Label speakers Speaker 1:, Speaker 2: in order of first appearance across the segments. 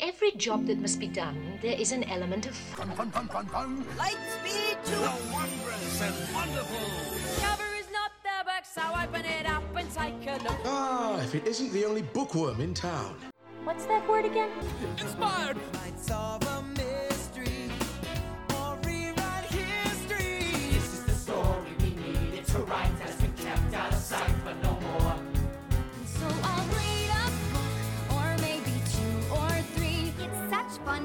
Speaker 1: every job that must be done, there is an element of fun.
Speaker 2: Fun, fun, fun, fun.
Speaker 3: Light speed
Speaker 4: The wondrous and wonderful.
Speaker 5: Cover is not the book, so open it up and take a look.
Speaker 6: Ah, if it isn't the only bookworm in town.
Speaker 7: What's that word again?
Speaker 4: Inspired.
Speaker 3: Might solve a mystery or rewrite history. This is the story we needed to write as we kept out of sight for no more.
Speaker 8: So I'll read a book, or maybe two or three. It's such fun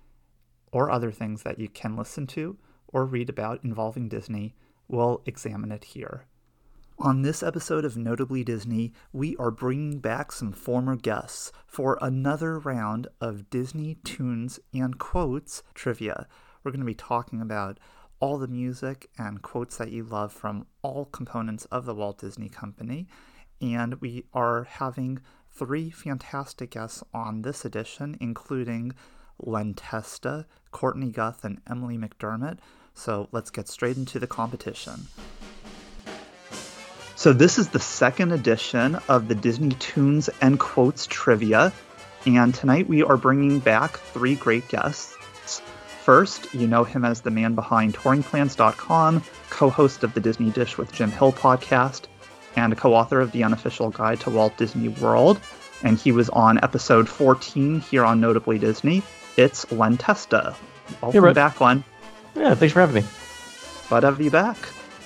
Speaker 9: or other things that you can listen to or read about involving Disney, we'll examine it here. On this episode of Notably Disney, we are bringing back some former guests for another round of Disney tunes and quotes trivia. We're going to be talking about all the music and quotes that you love from all components of the Walt Disney Company. And we are having three fantastic guests on this edition, including Len Testa, Courtney Guth, and Emily McDermott. So let's get straight into the competition. So this is the second edition of the Disney Tunes and Quotes Trivia, and tonight we are bringing back three great guests. First, you know him as the man behind touringplans.com, co-host of the Disney Dish with Jim Hill podcast, and co-author of the unofficial guide to Walt Disney World. And he was on episode 14 here on Notably Disney. It's Len Testa. Welcome
Speaker 10: Brett.
Speaker 9: back, Len.
Speaker 10: Yeah, thanks for having me.
Speaker 9: Glad to have you back.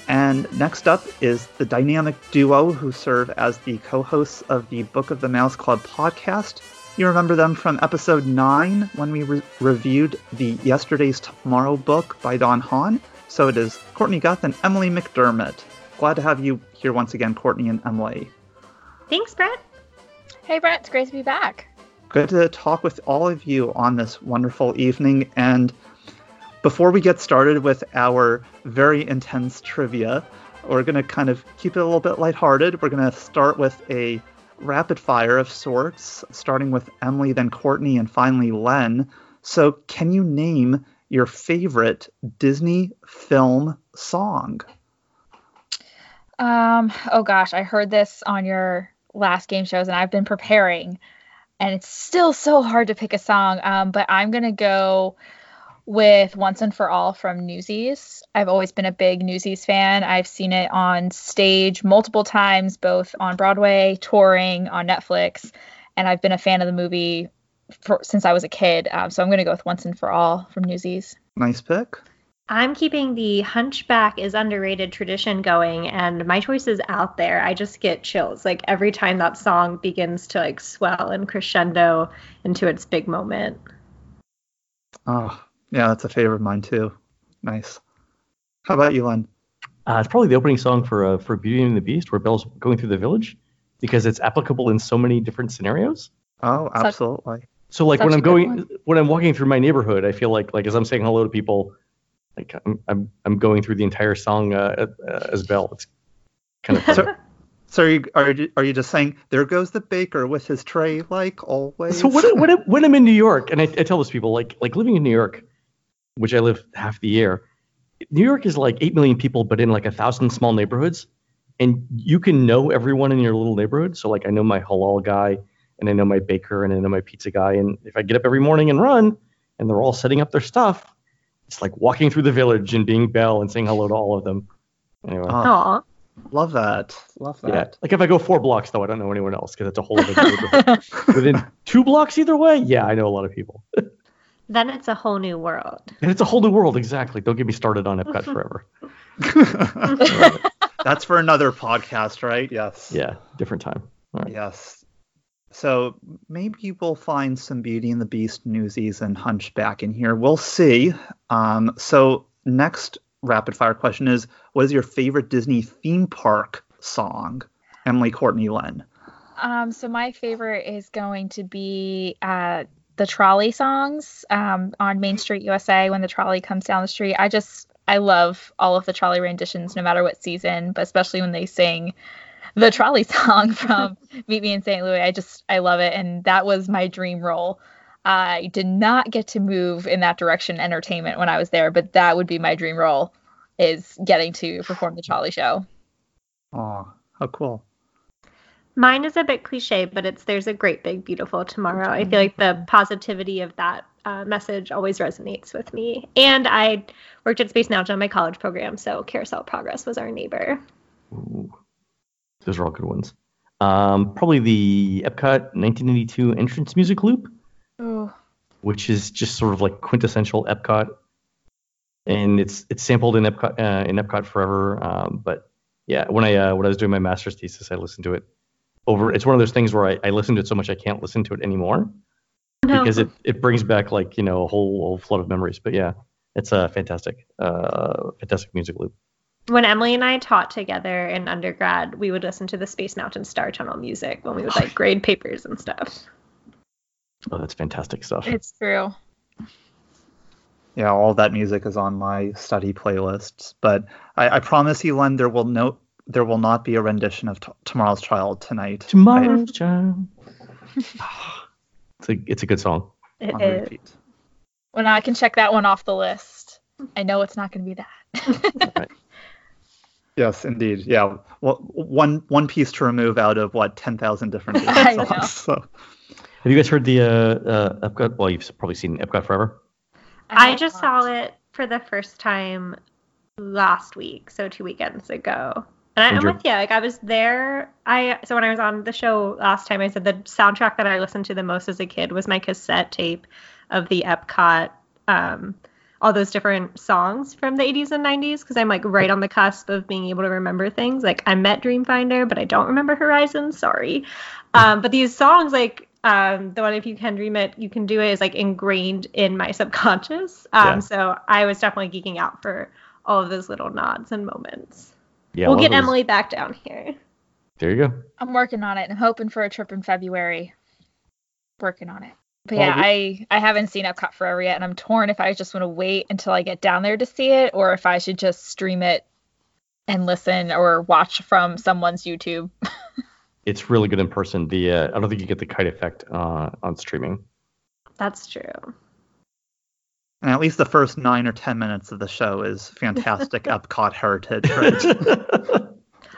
Speaker 9: And next up is the dynamic duo who serve as the co hosts of the Book of the Mouse Club podcast. You remember them from episode 9 when we re- reviewed the Yesterday's Tomorrow book by Don Hahn. So it is Courtney Guth and Emily McDermott. Glad to have you here once again, Courtney and Emily.
Speaker 7: Thanks, Brett.
Speaker 11: Hey Brett, it's great to be back.
Speaker 9: good to talk with all of you on this wonderful evening. And before we get started with our very intense trivia, we're going to kind of keep it a little bit lighthearted. We're going to start with a rapid fire of sorts, starting with Emily, then Courtney, and finally Len. So, can you name your favorite Disney film song?
Speaker 11: Um, oh gosh, I heard this on your last game shows and I've been preparing and it's still so hard to pick a song. Um, but I'm gonna go with Once and For All from Newsies. I've always been a big Newsies fan. I've seen it on stage multiple times, both on Broadway, touring, on Netflix, and I've been a fan of the movie for, since I was a kid. Um, so I'm gonna go with Once and For All from Newsies.
Speaker 9: Nice pick.
Speaker 7: I'm keeping the Hunchback is underrated tradition going, and my choice is out there. I just get chills like every time that song begins to like swell and crescendo into its big moment.
Speaker 9: Oh, yeah, that's a favorite of mine too. Nice. How about you, Len?
Speaker 10: Uh, it's probably the opening song for uh, for Beauty and the Beast, where Belle's going through the village, because it's applicable in so many different scenarios.
Speaker 9: Oh,
Speaker 11: Such-
Speaker 9: absolutely.
Speaker 10: So like
Speaker 11: Such
Speaker 10: when
Speaker 11: a
Speaker 10: I'm
Speaker 11: good
Speaker 10: going
Speaker 11: one.
Speaker 10: when I'm walking through my neighborhood, I feel like like as I'm saying hello to people, like I'm I'm, I'm going through the entire song uh, uh, as Belle. It's kind of fun.
Speaker 9: So, so are you are you, are you just saying there goes the baker with his tray like always?
Speaker 10: So when, I- when, I, when I'm in New York, and I, I tell this to people, like like living in New York, which I live half the year, New York is like eight million people, but in like a thousand small neighborhoods, and you can know everyone in your little neighborhood. So like I know my halal guy, and I know my baker, and I know my pizza guy, and if I get up every morning and run, and they're all setting up their stuff, it's like walking through the village and being Belle and saying hello to all of them. Anyway,
Speaker 9: Oh,
Speaker 7: Aw,
Speaker 12: Love that. Love that.
Speaker 10: Yeah. Like if I go four blocks though, I don't know anyone else because it's a whole other neighborhood. Within two blocks either way, yeah, I know a lot of people.
Speaker 7: Then it's a whole new world.
Speaker 10: And it's a whole new world, exactly. Don't get me started on Epcot forever.
Speaker 12: That's for another podcast, right? Yes.
Speaker 10: Yeah, different time. All right.
Speaker 9: Yes. So maybe we'll find some Beauty and the Beast newsies and Hunchback in here. We'll see. Um, so next rapid fire question is: What is your favorite Disney theme park song? Emily Courtney Len.
Speaker 11: Um, so my favorite is going to be uh, the trolley songs um, on Main Street USA when the trolley comes down the street. I just I love all of the trolley renditions, no matter what season, but especially when they sing the trolley song from Meet Me in St. Louis. I just I love it, and that was my dream role. I did not get to move in that direction, entertainment, when I was there, but that would be my dream role, is getting to perform the trolley show.
Speaker 9: Oh, how cool!
Speaker 7: Mine is a bit cliche, but it's there's a great big beautiful tomorrow. I feel like the positivity of that uh, message always resonates with me. And I worked at Space Mountain on my college program, so Carousel Progress was our neighbor.
Speaker 10: Ooh. Those are all good ones. Um, probably the Epcot 1982 entrance music loop,
Speaker 11: Ooh.
Speaker 10: which is just sort of like quintessential Epcot, and it's it's sampled in Epcot uh, in Epcot Forever. Um, but yeah, when I uh, when I was doing my master's thesis, I listened to it over. It's one of those things where I, I listened to it so much I can't listen to it anymore
Speaker 7: No.
Speaker 10: because it, it brings back like you know a whole, whole flood of memories. But yeah, it's a uh, fantastic, uh, fantastic music loop.
Speaker 7: When Emily and I taught together in undergrad, we would listen to the Space Mountain Star Tunnel music when we would like grade papers and stuff.
Speaker 10: Oh, that's fantastic stuff.
Speaker 11: It's true.
Speaker 9: Yeah, all that music is on my study playlists. But I, I promise you, Len, there will no, there will not be a rendition of t- Tomorrow's Child tonight.
Speaker 10: Tomorrow's Child. It's a it's a good song.
Speaker 7: It
Speaker 9: On
Speaker 11: is. When I can check that one off the list, I know it's not going to be that.
Speaker 9: Yes, indeed. Yeah, well, one one piece to remove out of what ten thousand different
Speaker 11: I
Speaker 9: Disney
Speaker 11: know.
Speaker 9: songs. So.
Speaker 10: Have you guys heard the uh, uh, Epcot? Well, you've probably seen Epcot Forever.
Speaker 7: I just saw it for the first time last week, so two weekends ago. And I,
Speaker 10: And
Speaker 7: I'm
Speaker 10: you're-
Speaker 7: with you. Like I was there. I so when I was on the show last time, I said the soundtrack that I listened to the most as a kid was my cassette tape of the Epcot, um, all those different songs from the 80s and 90s. Because I'm like right on the cusp of being able to remember things. Like I met Dreamfinder, but I don't remember Horizon. Sorry. Um, but these songs, like um, the one if you can dream it, you can do it, is like ingrained in my subconscious. Um,
Speaker 10: Yeah.
Speaker 7: So I was definitely geeking out for all of those little nods and moments.
Speaker 10: Yeah,
Speaker 7: we'll
Speaker 10: one
Speaker 7: get
Speaker 10: of those-
Speaker 7: Emily back down here.
Speaker 10: There you go.
Speaker 11: I'm working on it. and I'm hoping for a trip in February. Working on it. But
Speaker 10: Well,
Speaker 11: yeah,
Speaker 10: we-
Speaker 11: I I haven't seen Epcot Forever yet, and I'm torn if I just want to wait until I get down there to see it, or if I should just stream it and listen or watch from someone's YouTube.
Speaker 10: It's really good in person. The uh, I don't think you get the kite effect uh, on streaming.
Speaker 7: That's true.
Speaker 9: And at least the first nine or ten minutes of the show is fantastic Epcot heritage. Right?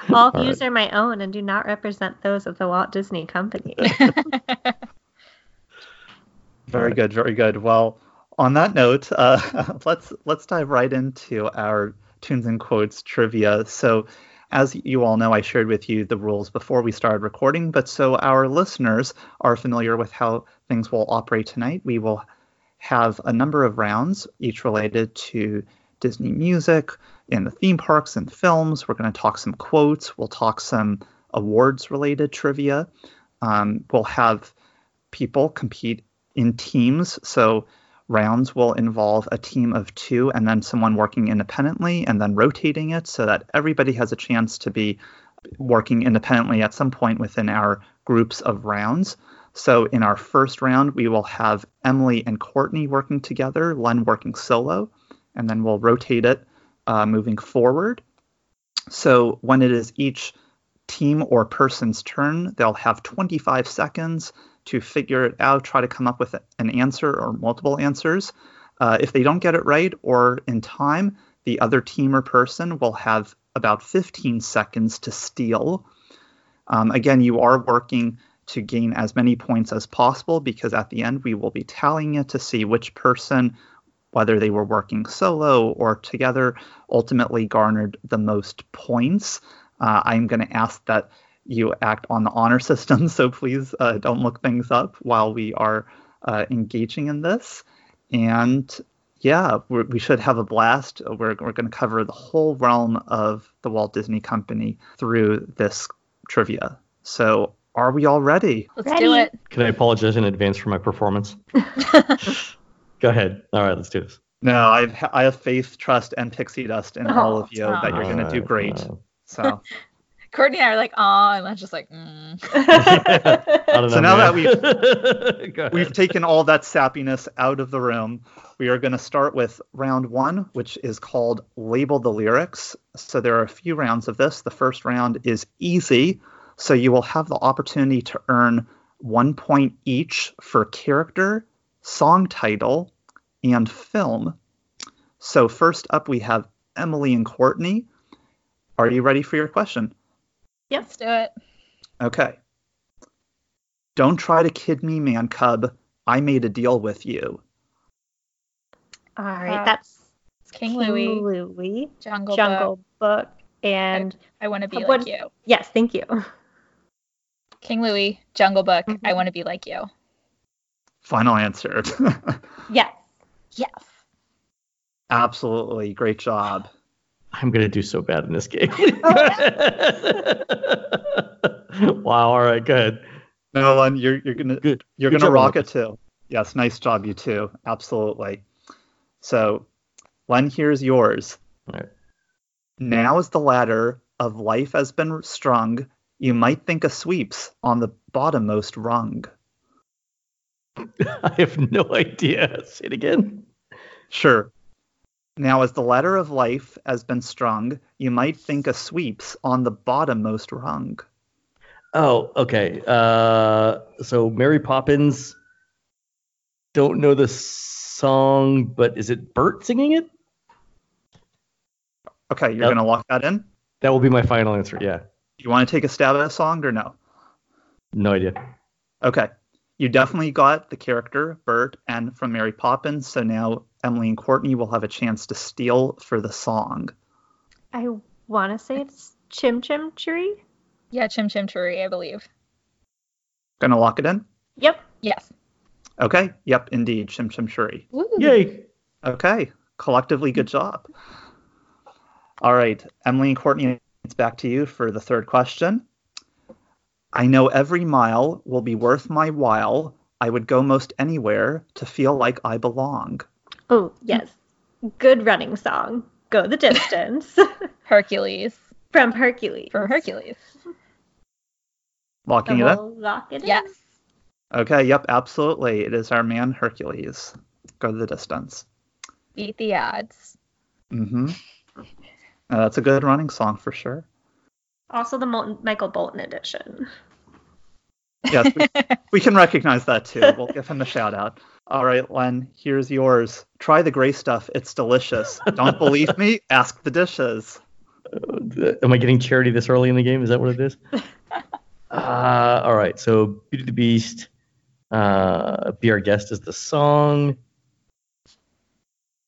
Speaker 7: All
Speaker 9: All
Speaker 7: views are my own and do not represent those of the Walt Disney Company.
Speaker 9: very good, very good. Well, on that note, uh, let's let's dive right into our tunes and quotes trivia. So, as you all know, I shared with you the rules before we started recording, but so our listeners are familiar with how things will operate tonight. We will have a number of rounds, each related to Disney music and the theme parks and films. We're going to talk some quotes. We'll talk some awards related trivia. Um, we'll have people compete in teams. So rounds will involve a team of two and then someone working independently and then rotating it so that everybody has a chance to be working independently at some point within our groups of rounds. So in our first round, we will have Emily and Courtney working together, Len working solo, and then we'll rotate it uh, moving forward. So when it is each team or person's turn, they'll have 25 seconds to figure it out, try to come up with an answer or multiple answers. Uh, if they don't get it right or in time, the other team or person will have about 15 seconds to steal. Um, again, you are working to gain as many points as possible because at the end we will be tallying it to see which person, whether they were working solo or together, ultimately garnered the most points. Uh, I'm going to ask that you act on the honor system, so please uh, don't look things up while we are uh, engaging in this. And yeah, we're, we should have a blast. We're, we're going to cover the whole realm of the Walt Disney Company through this trivia. So, are we all ready?
Speaker 11: Let's do it.
Speaker 10: Can I apologize in advance for my performance? Go ahead. All right, let's do this.
Speaker 9: No, I have, I have faith, trust, and pixie dust in all of you
Speaker 11: Oh,
Speaker 9: that you're
Speaker 10: aw.
Speaker 9: going to do great.
Speaker 10: uh,
Speaker 9: So,
Speaker 11: Courtney and I are like, oh, and Len's just like, mm.
Speaker 9: so now that
Speaker 10: man.
Speaker 9: we've we've taken all that sappiness out of the room, we are going to start with round one, which is called label the lyrics. So there are a few rounds of this. The first round is easy, so you will have the opportunity to earn one point each for character, song title, and film. So first up, we have Emily and Courtney. Are you ready for your question?
Speaker 11: Yep. Let's do it.
Speaker 9: Okay. Don't try to kid me, man cub. I made a deal with you.
Speaker 7: All right,
Speaker 11: Uh,
Speaker 7: that's
Speaker 11: King,
Speaker 7: King
Speaker 11: Louis,
Speaker 7: Louie,
Speaker 11: Jungle,
Speaker 7: Jungle
Speaker 11: Book.
Speaker 7: Book, and
Speaker 11: I want to be
Speaker 7: What-
Speaker 11: like you.
Speaker 7: yes, thank you.
Speaker 11: King Louis, Jungle Book.
Speaker 7: Mm-hmm.
Speaker 11: I want to be like you.
Speaker 9: Final answer.
Speaker 7: Yes.
Speaker 11: Yes.
Speaker 9: Absolutely. Great job.
Speaker 10: I'm gonna do so bad in this game. wow. All right. Go ahead.
Speaker 9: Nolan, you're you're gonna
Speaker 10: Good.
Speaker 9: you're
Speaker 10: Good
Speaker 9: gonna
Speaker 10: job,
Speaker 9: rock
Speaker 10: Olympus.
Speaker 9: it too. Yes, nice job, you too. Absolutely. So Len, here's yours.
Speaker 10: All right.
Speaker 9: Now as the ladder of life has been strung, you might think a sweeps on the bottommost rung.
Speaker 10: I have no idea. Say it again.
Speaker 9: Sure. Now, as the ladder of life has been strung, you might think a sweep's on the bottommost rung.
Speaker 10: Oh, okay. Uh, so Mary Poppins. Don't know the song, but is it Bert singing it?
Speaker 9: Okay, you're
Speaker 10: Yep.
Speaker 9: gonna lock that in.
Speaker 10: That will be my final answer. Yeah.
Speaker 9: You want to take a stab at a song or no?
Speaker 10: No idea.
Speaker 9: Okay, you definitely got the character Bert and from Mary Poppins. So now Emily and Courtney will have a chance to steal for the song.
Speaker 7: I want to say it's Chim Chim Cheree.
Speaker 11: Yeah, Chim Chim Cheree, I believe.
Speaker 9: Gonna lock it in.
Speaker 7: Yep.
Speaker 11: Yes.
Speaker 9: Okay. Yep, indeed. Shim Shim Shuri.
Speaker 11: Woo.
Speaker 10: Yay.
Speaker 9: Okay. Collectively, good job. All right. Emily and Courtney, it's back to you for the third question. I know every mile will be worth my while. I would go most anywhere to feel like I belong.
Speaker 7: Oh yes, good running song. Go the distance
Speaker 11: Hercules
Speaker 7: from Hercules.
Speaker 11: from Hercules.
Speaker 7: So
Speaker 9: Locking it up?
Speaker 7: we'll lock it in.
Speaker 11: Yes.
Speaker 9: Okay. Yep. Absolutely. It is our man Hercules. Go the distance.
Speaker 11: Beat the odds.
Speaker 9: Mm-hmm. Uh, that's a good running song for sure.
Speaker 7: Also the Mol- Michael Bolton edition.
Speaker 9: Yes, we, we can recognize that too. We'll give him a shout out. All right, Len, here's yours. Try the gray stuff. It's delicious. Don't believe me? Ask the dishes.
Speaker 10: Am I getting charity this early in the game? Is that what it is? uh, all right. So Beauty and the Beast, uh, Be Our Guest is the song.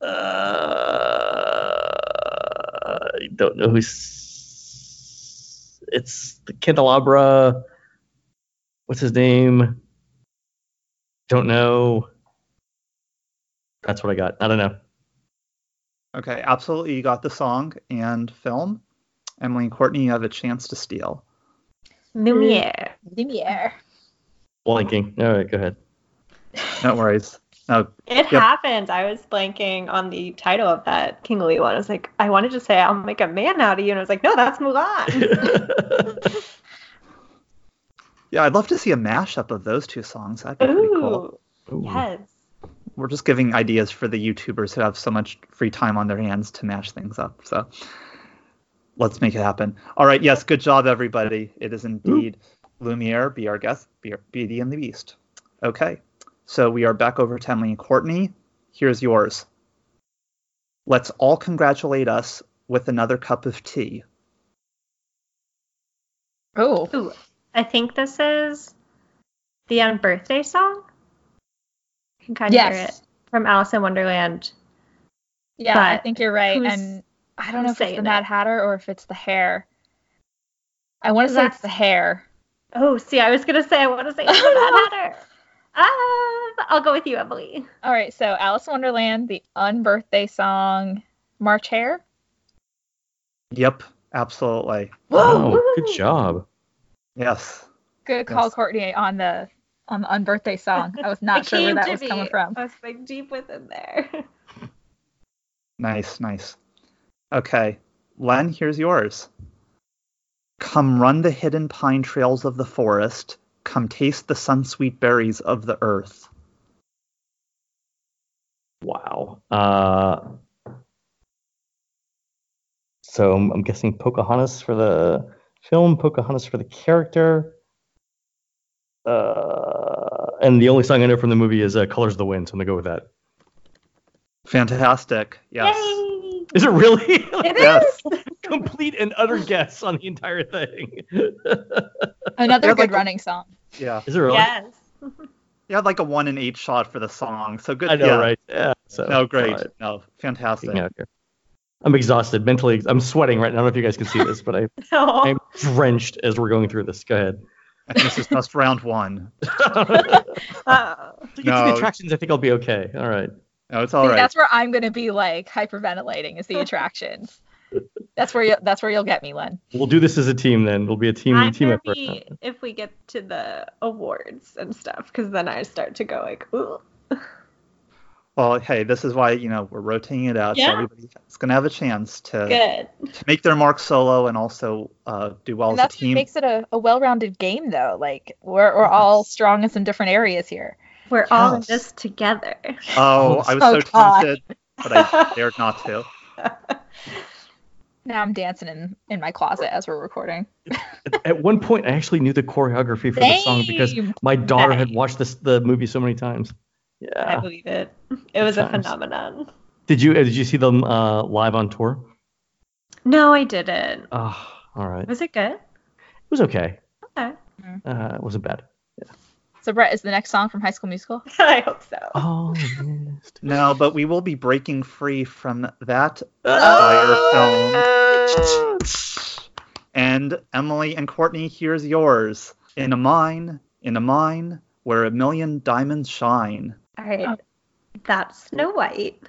Speaker 10: Uh, I don't know who's. It's the Candelabra. What's his name? Don't know. That's what I got. I don't know.
Speaker 9: Okay, absolutely. You got the song and film. Emily and Courtney, you have a chance to steal.
Speaker 7: Lumiere.
Speaker 11: Lumiere.
Speaker 10: Blanking. All right, go ahead.
Speaker 9: No worries. No,
Speaker 7: It
Speaker 9: Yep.
Speaker 7: happens. I was blanking on the title of that King Louis one. I was like, I wanted to say I'll make a man out of you, and I was like, no, that's Mulan.
Speaker 9: yeah, I'd love to see a mashup of those two songs. That'd be pretty cool.
Speaker 7: Ooh,
Speaker 10: Ooh.
Speaker 7: yes.
Speaker 9: We're just giving ideas for the YouTubers who have so much free time on their hands to mash things up. So let's make it happen. All right. Yes. Good job, everybody. It is indeed Lumiere. Be our guest. Be Beauty and the Beast. Okay. So we are back over to Emily and Courtney. Here's yours. Let's all congratulate us with another cup of tea.
Speaker 11: Oh.
Speaker 7: Ooh, I think this is the on birthday song. You can kind of hear
Speaker 11: Yes.
Speaker 7: it from Alice in Wonderland.
Speaker 11: Yeah, I
Speaker 7: But
Speaker 11: think you're right.
Speaker 7: who's-
Speaker 11: And I don't know
Speaker 7: who's
Speaker 11: if it's
Speaker 7: saying
Speaker 11: the
Speaker 7: it?
Speaker 11: Mad Hatter or if it's the hair. I want to say it's the hair.
Speaker 7: Oh, see, I was gonna say I want to say it doesn't matter. Um, I'll go with you, Emily.
Speaker 11: All right, so Alice in Wonderland, the unbirthday song, March Hare.
Speaker 9: Yep, absolutely.
Speaker 10: Whoa! Wow, good job.
Speaker 9: Yes.
Speaker 11: Good call, Courtney, on the on the unbirthday song. I was not
Speaker 7: It
Speaker 11: sure where
Speaker 7: came
Speaker 11: that
Speaker 7: to
Speaker 11: was
Speaker 7: me.
Speaker 11: coming from.
Speaker 7: I was like deep within there.
Speaker 9: Nice, nice. Okay, Len, here's yours. Come run the hidden pine trails of the forest. Come taste the sunsweet berries of the earth.
Speaker 10: Wow. Uh, so I'm, I'm guessing Pocahontas for the film, Pocahontas for the character. Uh, and the only song I know from the movie is uh, Colors of the Wind, so I'm going to go with that.
Speaker 9: Fantastic. Yes.
Speaker 7: Yay!
Speaker 10: Is it really?
Speaker 7: It
Speaker 9: Yes.
Speaker 7: is.
Speaker 10: Complete and utter guess on the entire thing.
Speaker 11: Another
Speaker 9: They're
Speaker 11: good
Speaker 9: like-
Speaker 11: running song.
Speaker 9: Yeah.
Speaker 10: Is it really?
Speaker 7: Yes.
Speaker 9: You had like a one in eight shot for the song. So good.
Speaker 10: I know,
Speaker 9: yeah.
Speaker 10: right? Yeah. Oh, So,
Speaker 9: No, great.
Speaker 10: all right,
Speaker 9: No,
Speaker 10: getting
Speaker 9: fantastic.
Speaker 10: out here. I'm exhausted mentally. I'm sweating right now. I don't know if you guys can see this, but I,
Speaker 7: No.
Speaker 10: I'm drenched as we're going through this. Go ahead.
Speaker 9: I think this is just round one.
Speaker 7: Oh.
Speaker 10: To get to
Speaker 9: No.
Speaker 10: the attractions, I think I'll be okay. All right.
Speaker 9: No, it's all
Speaker 11: See,
Speaker 9: right.
Speaker 11: that's where I'm gonna be like hyperventilating is the attractions. that's where you that's where you'll get me, Len.
Speaker 10: We'll do this as a team then. We'll be a team
Speaker 7: I'm
Speaker 10: team effort.
Speaker 7: happy if we get to the awards and stuff, because then I start to go like, ooh.
Speaker 9: Well, hey, this is why, you know, we're rotating it out
Speaker 7: Yeah.
Speaker 9: so everybody's gonna have a chance to,
Speaker 7: Good.
Speaker 9: to make their mark solo and also uh, do well
Speaker 11: And
Speaker 9: as a
Speaker 11: that's what
Speaker 9: team.
Speaker 11: makes it a, a well rounded game though. Like we're we're all strong in some different areas here.
Speaker 7: We're all in
Speaker 9: Yes.
Speaker 7: this together.
Speaker 9: Oh, I was
Speaker 11: Oh,
Speaker 9: so
Speaker 11: God.
Speaker 9: tempted, but I dared not to.
Speaker 11: Now I'm dancing in, in my closet as we're recording.
Speaker 10: At- At one point, I actually knew the choreography for the song because
Speaker 11: Same.
Speaker 10: my daughter had
Speaker 7: Same.
Speaker 10: watched this the movie so many times.
Speaker 7: I
Speaker 10: Yeah.
Speaker 7: believe it. It was a
Speaker 10: times.
Speaker 7: phenomenon.
Speaker 10: Did you uh, did you see them uh, live on tour?
Speaker 7: No, I didn't.
Speaker 10: Ah, all right. It
Speaker 7: Was it good?
Speaker 10: was okay.
Speaker 7: Okay.
Speaker 10: Uh, it wasn't bad.
Speaker 11: So Brett, is the next song from High School Musical?
Speaker 7: I hope so.
Speaker 10: Oh, yes.
Speaker 9: No, but we will be breaking free from that fire
Speaker 10: Oh.
Speaker 9: film. And Emily and Courtney, here's yours. In a mine, in a mine, where a million diamonds shine.
Speaker 7: All right.
Speaker 11: Oh.
Speaker 7: That's Snow White.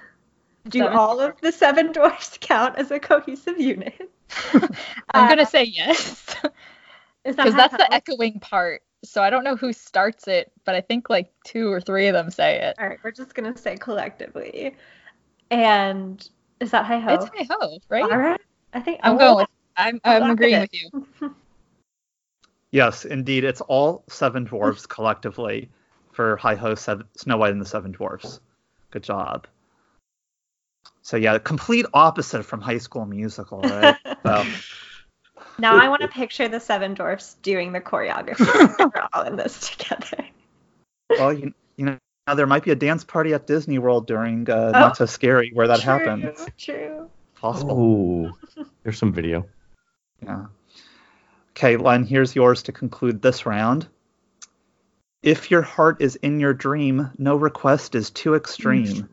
Speaker 7: Do
Speaker 11: Seven-
Speaker 7: all of the seven dwarfs count as a cohesive unit?
Speaker 11: I'm gonna
Speaker 7: Uh,
Speaker 11: say yes.
Speaker 7: Is that
Speaker 11: Because
Speaker 7: how
Speaker 11: that's the
Speaker 7: that works?
Speaker 11: echoing part. So I don't know who starts it, but I think like two or three of them say it.
Speaker 7: All right, we're just gonna say collectively. And is that hi ho?
Speaker 11: It's high ho, Oh. right?
Speaker 7: All right. I think
Speaker 11: I'm
Speaker 7: oh,
Speaker 11: going with I'm I'm
Speaker 7: lock it
Speaker 11: agreeing
Speaker 7: in.
Speaker 11: with you.
Speaker 9: Yes, indeed, it's all seven dwarves collectively for Hi Ho seven, Snow White and the Seven Dwarfs. Good job. So yeah, complete opposite from High School Musical, right? so,
Speaker 7: Now I want to picture the seven dwarfs doing the choreography. We're all in this together.
Speaker 9: well, you, you know, now there might be a dance party at Disney World during uh, Not So Scary where that
Speaker 7: true,
Speaker 9: happens.
Speaker 7: True.
Speaker 9: Possible.
Speaker 10: Oh, there's some video.
Speaker 9: Yeah. Okay, Len, here's yours to conclude this round. If your heart is in your dream, no request is too extreme.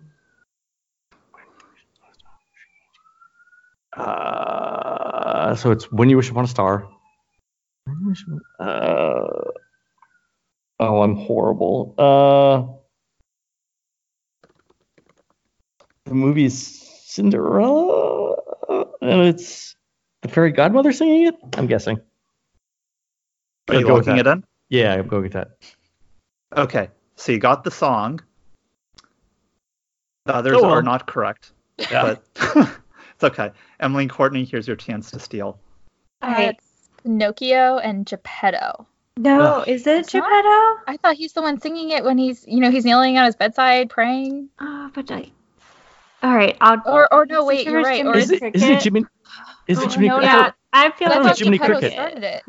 Speaker 10: Uh, so it's when you wish upon a star. When you wish upon- Uh, oh, I'm horrible. Uh, the movie is Cinderella, and it's the fairy godmother singing it. I'm guessing.
Speaker 9: Are
Speaker 10: I'll
Speaker 9: you
Speaker 10: go with
Speaker 9: locking
Speaker 10: that.
Speaker 9: it in?
Speaker 10: Yeah, I'm going with that.
Speaker 9: Okay, so you got the song. The others
Speaker 10: Go
Speaker 9: are
Speaker 10: on.
Speaker 9: not correct,
Speaker 10: Oh, Yeah.
Speaker 9: but it's okay. Emily and Courtney, here's your chance to steal.
Speaker 7: All right.
Speaker 11: It's Pinocchio and Geppetto.
Speaker 7: No,
Speaker 10: Ugh.
Speaker 7: is it
Speaker 11: It's not-
Speaker 7: Geppetto?
Speaker 11: I thought he's the one singing it when he's, you know, he's kneeling on his bedside praying.
Speaker 7: Oh, but I. All right, I'll.
Speaker 11: Or, or no,
Speaker 7: Is it
Speaker 11: wait, you're
Speaker 7: yours,
Speaker 11: right. Or
Speaker 7: Jiminy?
Speaker 10: Is
Speaker 11: is
Speaker 10: it, is it
Speaker 7: Cricket?
Speaker 10: Jimmy? Is
Speaker 11: Oh,
Speaker 10: it Jiminy?
Speaker 11: no,
Speaker 10: I,
Speaker 11: yeah.
Speaker 10: thought,
Speaker 7: I feel
Speaker 11: I
Speaker 10: Oh,
Speaker 11: thought
Speaker 7: like
Speaker 10: Jiminy
Speaker 11: Geppetto
Speaker 10: Cricket.
Speaker 11: started it.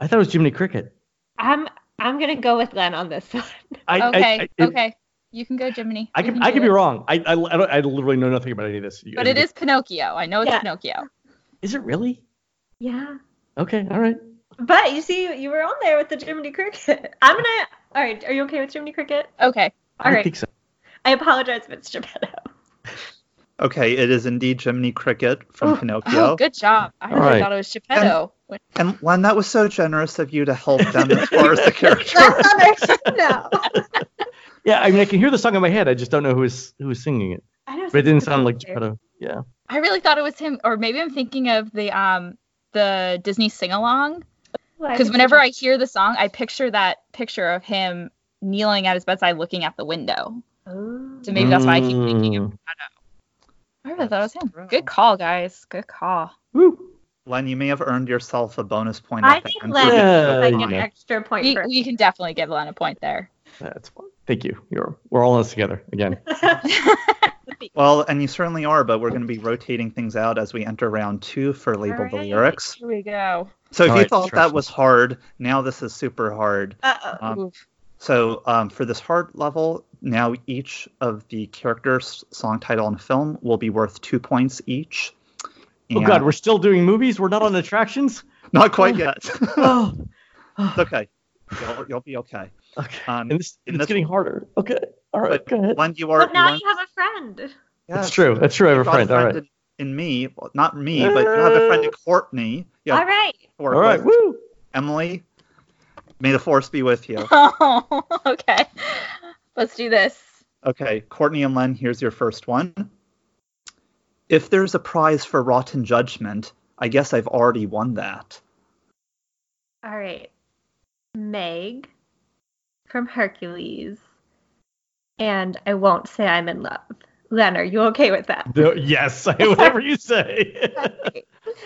Speaker 10: I thought it was Jiminy Cricket.
Speaker 7: I'm. I'm gonna go with Len on this one.
Speaker 10: I, I-
Speaker 11: okay,
Speaker 10: I, it-
Speaker 11: okay, you can go, Jiminy.
Speaker 10: I
Speaker 11: You
Speaker 10: can
Speaker 11: do
Speaker 10: I can be
Speaker 11: it.
Speaker 10: wrong. I I, I, don't, I literally know nothing about any of this. You
Speaker 11: But
Speaker 10: guys
Speaker 11: it is Pinocchio. I know it's
Speaker 7: Yeah.
Speaker 11: Pinocchio.
Speaker 10: Is it really?
Speaker 7: Yeah.
Speaker 10: Okay. All right.
Speaker 7: But you see, you were on there with the Jiminy Cricket. I'm gonna. All right, are you okay with Jiminy Cricket?
Speaker 11: Okay.
Speaker 7: All
Speaker 10: I
Speaker 7: right.
Speaker 10: think so.
Speaker 7: I apologize if it's Geppetto.
Speaker 9: Okay, it is indeed Jiminy Cricket from
Speaker 11: Ooh,
Speaker 9: Pinocchio.
Speaker 11: Oh, good job. I
Speaker 9: All
Speaker 11: really
Speaker 9: right.
Speaker 11: thought it was
Speaker 7: Um,
Speaker 11: Geppetto. What-
Speaker 9: And Len, that was so generous of you to help them as far as the character.
Speaker 7: no.
Speaker 10: Yeah, I mean, I can hear the song in my head. I just don't know who is who is singing it.
Speaker 11: I know
Speaker 10: But it didn't
Speaker 11: something
Speaker 10: sound like
Speaker 11: familiar.
Speaker 10: Geppetto. Yeah.
Speaker 11: I really thought it was him, or maybe I'm thinking of the um the Disney sing along.
Speaker 7: I
Speaker 11: Because
Speaker 7: think
Speaker 11: whenever
Speaker 7: so.
Speaker 11: I hear the song, I picture that picture of him kneeling at his bedside, looking out the window. So maybe that's why I keep thinking of.
Speaker 10: Mm.
Speaker 11: I really thought it was him. Good call, guys. Good call.
Speaker 9: Len, you may have earned yourself a bonus point.
Speaker 11: I
Speaker 9: at the
Speaker 11: think
Speaker 9: end.
Speaker 11: Len
Speaker 9: for being
Speaker 10: Yeah,
Speaker 9: so
Speaker 10: you
Speaker 9: kind.
Speaker 10: know.
Speaker 7: extra point.
Speaker 11: You, you can definitely give Len a point there.
Speaker 10: Mm, That's fine. Thank you. You're we're all in this together again.
Speaker 9: Well, and you certainly are, but we're going to be rotating things out as we enter round two for label the lyrics.
Speaker 11: Here we go.
Speaker 9: So if
Speaker 10: All
Speaker 9: you
Speaker 10: right,
Speaker 9: thought that
Speaker 10: Trevor.
Speaker 9: was hard, now this is super hard.
Speaker 7: Uh-oh.
Speaker 9: Um, so um, for this hard level, now each of the characters, song title, and film will be worth two points each.
Speaker 10: Oh God, we're still doing movies. We're not on attractions.
Speaker 9: not quite yet. it's
Speaker 10: Oh,
Speaker 9: okay. You'll, you'll be okay.
Speaker 10: okay.
Speaker 9: Um,
Speaker 10: And this
Speaker 9: in
Speaker 10: and it's
Speaker 9: this-
Speaker 10: getting harder. Okay. All right.
Speaker 9: but
Speaker 10: go ahead.
Speaker 9: Len, you are.
Speaker 7: But now
Speaker 9: you are-
Speaker 7: you have a friend.
Speaker 10: That's
Speaker 9: yes,
Speaker 10: true. That's true. I have
Speaker 9: you've
Speaker 10: a
Speaker 9: got
Speaker 10: friend. All right.
Speaker 9: in, in me, well, not me, but you have a friend in Courtney. You have
Speaker 7: All right.
Speaker 10: All
Speaker 9: Courtney,
Speaker 10: right. Woo.
Speaker 9: Emily, may the force be with you.
Speaker 11: Oh, okay. Let's do this.
Speaker 9: Okay, Courtney and Len, here's your first one. If there's a prize for rotten judgment, I guess I've already won that.
Speaker 7: All right. Meg from Hercules. And I won't say I'm in love. Len, are you okay with that?
Speaker 10: The- yes. Whatever you say.
Speaker 7: Okay.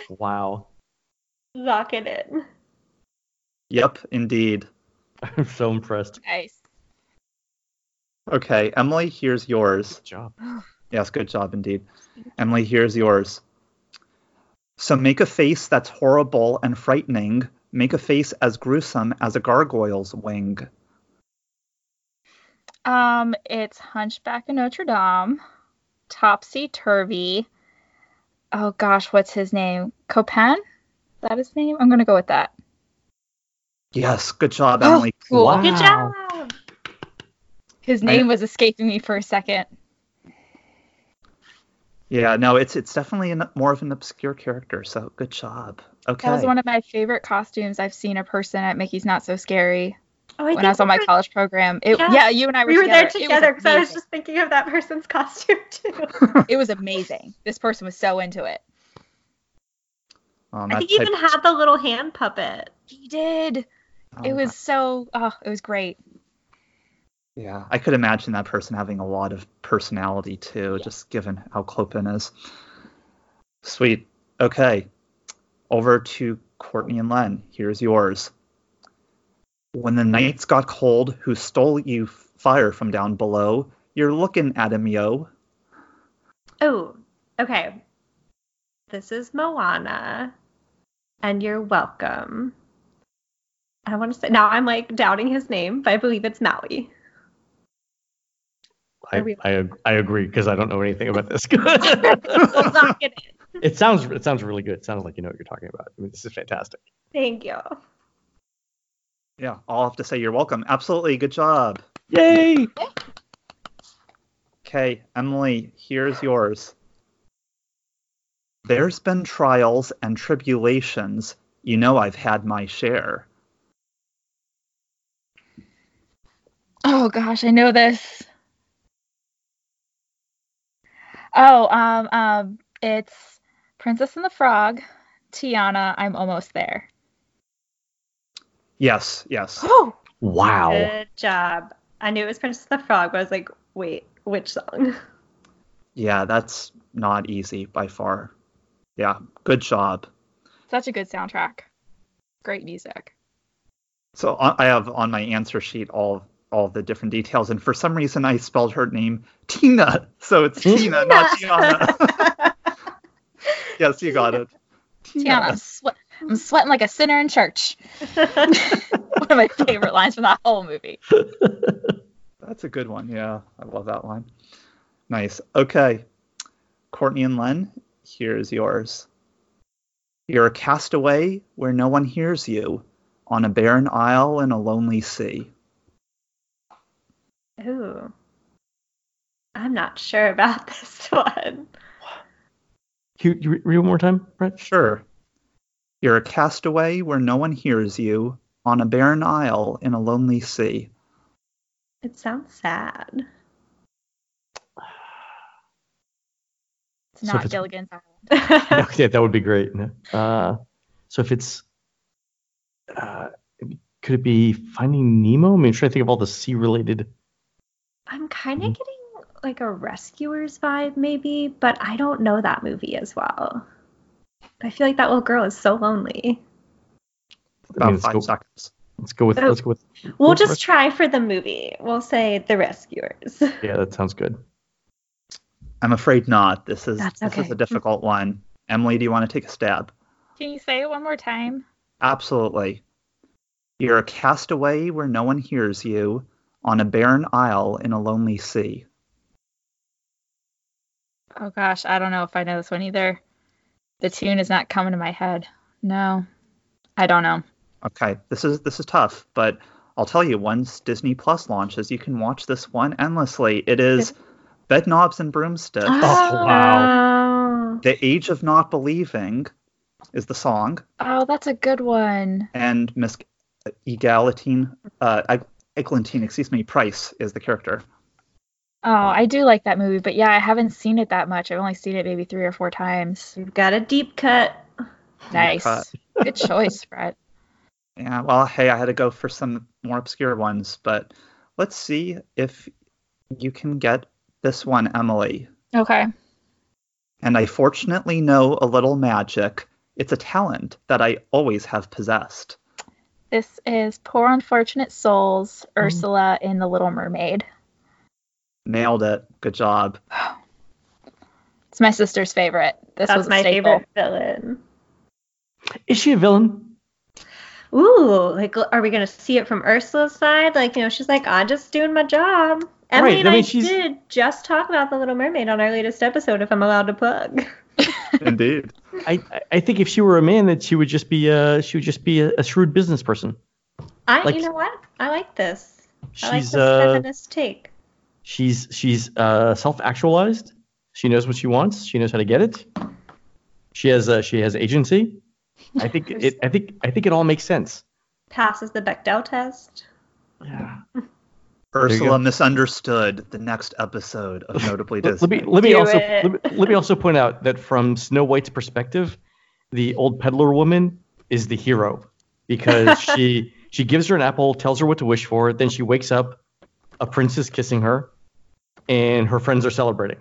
Speaker 10: wow.
Speaker 7: Lock it in.
Speaker 9: Yep, indeed.
Speaker 10: I'm so impressed.
Speaker 11: Nice.
Speaker 9: Okay, Emily, here's yours.
Speaker 10: Good job.
Speaker 9: Yes, good job indeed. Emily, here's yours. So make a face that's horrible and frightening. Make a face as gruesome as a gargoyle's wing.
Speaker 11: Um, it's Hunchback of Notre Dame, Topsy Turvy. Oh gosh, what's his name? Copan? Is that his name? I'm gonna go with that.
Speaker 9: Yes, good job, Emily.
Speaker 11: Oh, Cool.
Speaker 10: Wow.
Speaker 7: Good job.
Speaker 11: His name was escaping me for a second.
Speaker 9: Yeah, no, it's it's definitely an, more of an obscure character. So good job. Okay.
Speaker 11: That was one of my favorite costumes I've seen a person at Mickey's Not So Scary
Speaker 7: Oh,
Speaker 11: when I was on my college program. It,
Speaker 7: Yeah.
Speaker 11: yeah. you and I were
Speaker 7: we were there
Speaker 11: It was
Speaker 7: together because I was
Speaker 11: amazing.
Speaker 7: just thinking of that person's costume too.
Speaker 11: it was amazing. This person was so into it.
Speaker 9: Um,
Speaker 7: I
Speaker 9: that
Speaker 7: think he
Speaker 9: type-
Speaker 7: even had the little hand puppet.
Speaker 11: He did.
Speaker 9: oh,
Speaker 11: It was so. Oh, it was great.
Speaker 9: Yeah, I could imagine that person having a lot of personality too, just given how Clopin is. Sweet. Okay. Over to Courtney and Len. Here's yours. When the nights got cold, who stole you f- fire from down below? You're looking at him, yo.
Speaker 7: Oh, okay. This is Moana, and you're welcome. I want to say now I'm like doubting his name, but I believe it's Maui.
Speaker 10: I,
Speaker 7: Are we-
Speaker 10: I, ag- I agree because I don't know anything about this.
Speaker 7: We'll lock it in.
Speaker 10: it sounds it sounds really good. It sounds like you know what you're talking about. I mean, this is fantastic.
Speaker 7: Thank you.
Speaker 9: Yeah, I'll have to say you're welcome. Absolutely. Good job.
Speaker 10: Yay!
Speaker 9: Okay, Emily, here's yours. There's been trials and tribulations. You know I've had my share.
Speaker 11: Oh gosh, I know this. Oh, um, um, it's Princess and the Frog, Tiana. I'm almost there.
Speaker 9: Yes, yes.
Speaker 11: Oh,
Speaker 10: Wow.
Speaker 7: Good job. I knew it was Princess and the Frog, but I was like, wait, which song?
Speaker 9: Yeah, that's not easy by far. Yeah, good job.
Speaker 11: such a good soundtrack. Great music.
Speaker 9: So on- I have on my answer sheet all all the different details, and for some reason I spelled her name Tina, so it's Tina, not Tiana. yes, you got it.
Speaker 11: Tiana, I'm, swe- I'm sweating like a sinner in church. One of my favorite lines from that whole movie.
Speaker 9: That's a good one. Yeah, I love that line. Nice. Okay. Courtney and Len, here's yours. You're a castaway where no one hears you, on a barren isle in a lonely sea.
Speaker 7: Ooh. I'm not sure about this one.
Speaker 10: Can you, you read one more time, Brett?
Speaker 9: Sure. You're a castaway where no one hears you, on a barren isle in a lonely sea.
Speaker 7: It sounds sad.
Speaker 11: It's
Speaker 10: So
Speaker 11: not
Speaker 10: if it's-
Speaker 11: Gilligan's Island.
Speaker 10: No, yeah, that would be great. no. Uh, so if it's, uh, could it be Finding Nemo? I mean, I'm trying to think of all the sea-related.
Speaker 7: I'm kind
Speaker 10: Mm-hmm.
Speaker 7: of getting like a rescuers vibe, maybe, but I don't know that movie as well. I feel like that little girl is so lonely.
Speaker 10: I mean,
Speaker 9: About
Speaker 10: let's
Speaker 9: five
Speaker 10: go-
Speaker 9: seconds.
Speaker 10: Let's go with.
Speaker 7: Oh.
Speaker 10: Let's go with.
Speaker 7: We'll
Speaker 10: What's
Speaker 7: just try for the movie. We'll say The Rescuers.
Speaker 10: Yeah, that sounds good.
Speaker 9: I'm afraid not. This is
Speaker 7: That's
Speaker 9: this is
Speaker 7: okay.
Speaker 9: a difficult one. Emily, do you want to take a stab?
Speaker 11: Can you say it one more time?
Speaker 9: Absolutely. You're a castaway where no one hears you, on a barren isle in a lonely sea.
Speaker 11: Oh gosh, I don't know if I know this one either. The tune is not coming to my head. No, I don't know.
Speaker 9: Okay, this is this is tough, but I'll tell you, once Disney Plus launches, you can watch this one endlessly. It is Bedknobs and Broomsticks.
Speaker 7: Ah. Oh,
Speaker 11: wow.
Speaker 9: The Age of Not Believing is the song,
Speaker 11: Oh, that's a good one.
Speaker 9: and Miss Egalitine, uh, Eg- Eglantine, excuse me, Price is the character.
Speaker 11: Oh, I do like that movie, but yeah, I haven't seen it that much. I've only seen it maybe three or four times.
Speaker 7: You've got a deep cut.
Speaker 9: Oh
Speaker 11: Nice.
Speaker 9: cut.
Speaker 11: good choice, Brett.
Speaker 9: Yeah, well, hey, I had to go for some more obscure ones, but let's see if you can get this one, Emily.
Speaker 11: Okay.
Speaker 9: And I fortunately know a little magic. It's a talent that I always have possessed.
Speaker 11: This is Poor Unfortunate Souls,
Speaker 9: Mm-hmm.
Speaker 11: Ursula in The Little Mermaid.
Speaker 9: Nailed it. Good job.
Speaker 11: It's my sister's favorite. This
Speaker 7: That's
Speaker 11: was a
Speaker 7: my
Speaker 11: staple.
Speaker 7: favorite villain.
Speaker 10: Is she a villain?
Speaker 7: Ooh, like, are we gonna see it from Ursula's side? Like, you know, she's like, I'm just doing my job. Emily
Speaker 10: Right,
Speaker 7: and
Speaker 10: I
Speaker 7: I,
Speaker 10: mean, she's-
Speaker 7: did just talk about The Little Mermaid on our latest episode, if I'm allowed to plug.
Speaker 9: Indeed.
Speaker 10: I, I- I think if she were a man, that she would just be a she would just be a, a shrewd business person.
Speaker 7: I,
Speaker 10: Like-
Speaker 7: you know what? I like this. I like
Speaker 10: She's
Speaker 7: this
Speaker 10: uh,
Speaker 7: feminist take.
Speaker 10: she's she's uh, self-actualized. She knows what she wants. She knows how to get it. She has uh, she has agency. I think it I think I think it all makes sense.
Speaker 7: Passes the Bechdel test.
Speaker 10: Yeah. you go.
Speaker 9: Ursula misunderstood the next episode of Notably
Speaker 10: Let,
Speaker 9: Disney.
Speaker 10: let me let me
Speaker 7: Do
Speaker 10: also
Speaker 7: it.
Speaker 10: let me, let me also point out that from Snow White's perspective, the old peddler woman is the hero because she she gives her an apple, tells her what to wish for, then she wakes up, a prince is kissing her, and her friends are celebrating.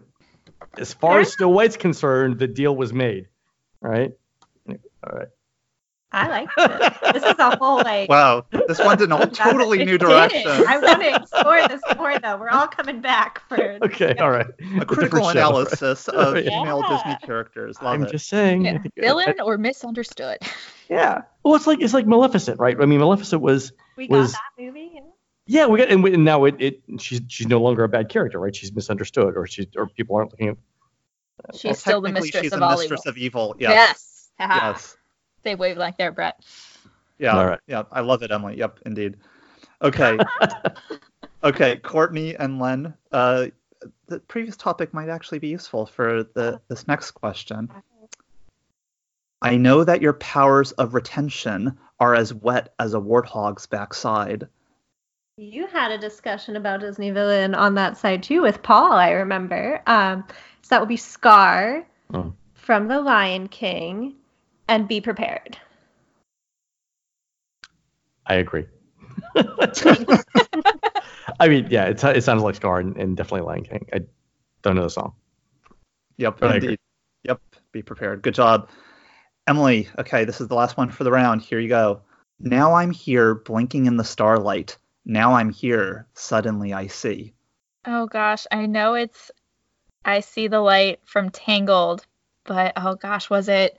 Speaker 10: As far as Snow White's concerned, the deal was made, right? All right.
Speaker 7: I like this. this is a whole like.
Speaker 9: Wow, this one's in a totally new direction.
Speaker 7: I want to explore this more though. We're all coming back for.
Speaker 10: Okay, all right. Oh,
Speaker 9: A critical analysis of
Speaker 10: Yeah.
Speaker 9: female Disney characters. Love
Speaker 10: I'm
Speaker 9: it.
Speaker 10: just saying. I
Speaker 11: Yeah.
Speaker 10: think-
Speaker 11: Villain or misunderstood?
Speaker 10: Yeah. Well, it's like it's like Maleficent, right? I mean, Maleficent was
Speaker 7: We
Speaker 10: was-
Speaker 7: got that movie. yeah.
Speaker 10: yeah, we got and, we, and now it, it she's she's no longer a bad character, right? She's misunderstood, or she or people aren't looking at.
Speaker 11: She's
Speaker 9: Well,
Speaker 11: still the
Speaker 9: technically,
Speaker 11: mistress
Speaker 9: she's
Speaker 11: of
Speaker 9: a
Speaker 11: all
Speaker 9: mistress
Speaker 11: evil.
Speaker 9: of evil. Yes.
Speaker 11: Yes. Haha.
Speaker 9: Yes.
Speaker 11: They wave like there, Brett.
Speaker 9: Yeah.
Speaker 10: All right.
Speaker 9: Yeah. I love it, Emily. Yep. Indeed. Okay. okay. Courtney and Len. Uh, the previous topic might actually be useful for the this next question. I know that your powers of retention are as wet as a warthog's backside.
Speaker 7: You had a discussion about Disney villain on that side too with Paul, I remember. Um, so that would be Scar
Speaker 10: Oh.
Speaker 7: from The Lion King, and be prepared.
Speaker 10: I agree. I mean, yeah, it, it sounds like Scar and, and definitely Lion King. I don't know the song.
Speaker 9: Yep,
Speaker 10: Right.
Speaker 9: indeed. Yep, be prepared. Good job. Emily, okay, this is the last one for the round. Here you go. Now I'm here, blinking in the starlight. Now I'm here, suddenly I see.
Speaker 11: Oh gosh, I know it's I see the light from Tangled, but oh gosh, was it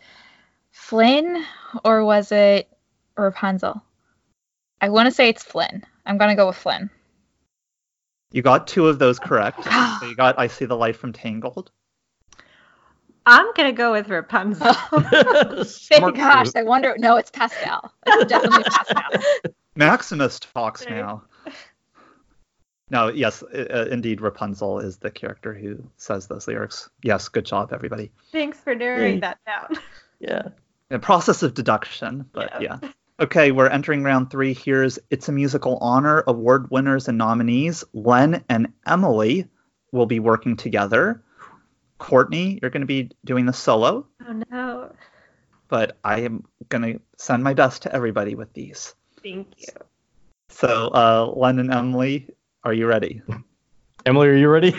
Speaker 11: Flynn or was it Rapunzel? I want to say it's Flynn. I'm going to go with Flynn.
Speaker 9: You got two of those correct. so you got I See the Light from Tangled.
Speaker 7: I'm gonna go with Rapunzel.
Speaker 11: Oh
Speaker 10: Smart
Speaker 11: gosh,
Speaker 10: move.
Speaker 11: I wonder. No, it's Pascal. It's definitely Pascal.
Speaker 9: Maximus talks
Speaker 7: Sorry.
Speaker 9: now. No, yes, uh, indeed, Rapunzel is the character who says those lyrics. Yes, good job, everybody.
Speaker 7: Thanks for narrowing that down.
Speaker 10: Yeah.
Speaker 9: A process of deduction, but yeah. Okay, we're entering round three. Here's It's a Musical Honor award winners and nominees. Len and Emily will be working together. Courtney, you're going to be doing the solo,
Speaker 7: Oh no.
Speaker 9: but I am going to send my best to everybody with these.
Speaker 7: Thank you.
Speaker 9: So, uh, Len and Emily, are you ready?
Speaker 10: Emily, are you ready?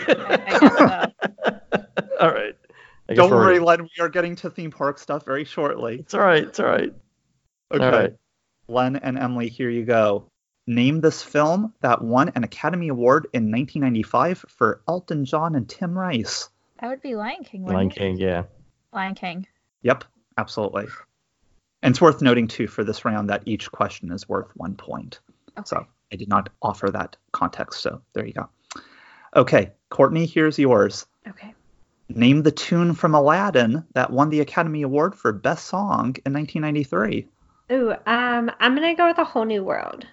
Speaker 10: all right. I guess
Speaker 9: Don't
Speaker 10: we're
Speaker 9: worry,
Speaker 10: ready.
Speaker 9: Len. We are getting to theme park stuff very shortly.
Speaker 10: It's all right. It's all right.
Speaker 9: Okay.
Speaker 10: All right.
Speaker 9: Len and Emily, here you go. Name this film that won an Academy Award in 1995 for Elton John and Tim Rice.
Speaker 11: That would be Lion King. Wouldn't
Speaker 10: Lion
Speaker 11: it?
Speaker 10: King, yeah.
Speaker 11: Lion King.
Speaker 9: Yep, absolutely. And it's worth noting, too, for this round that each question is worth one point. So I did not offer that context. So there you go. Okay, Courtney, here's yours.
Speaker 7: Okay.
Speaker 9: Name the tune from Aladdin that won the Academy Award for Best Song in 1993.
Speaker 7: Ooh, um, I'm gonna go with a whole new world.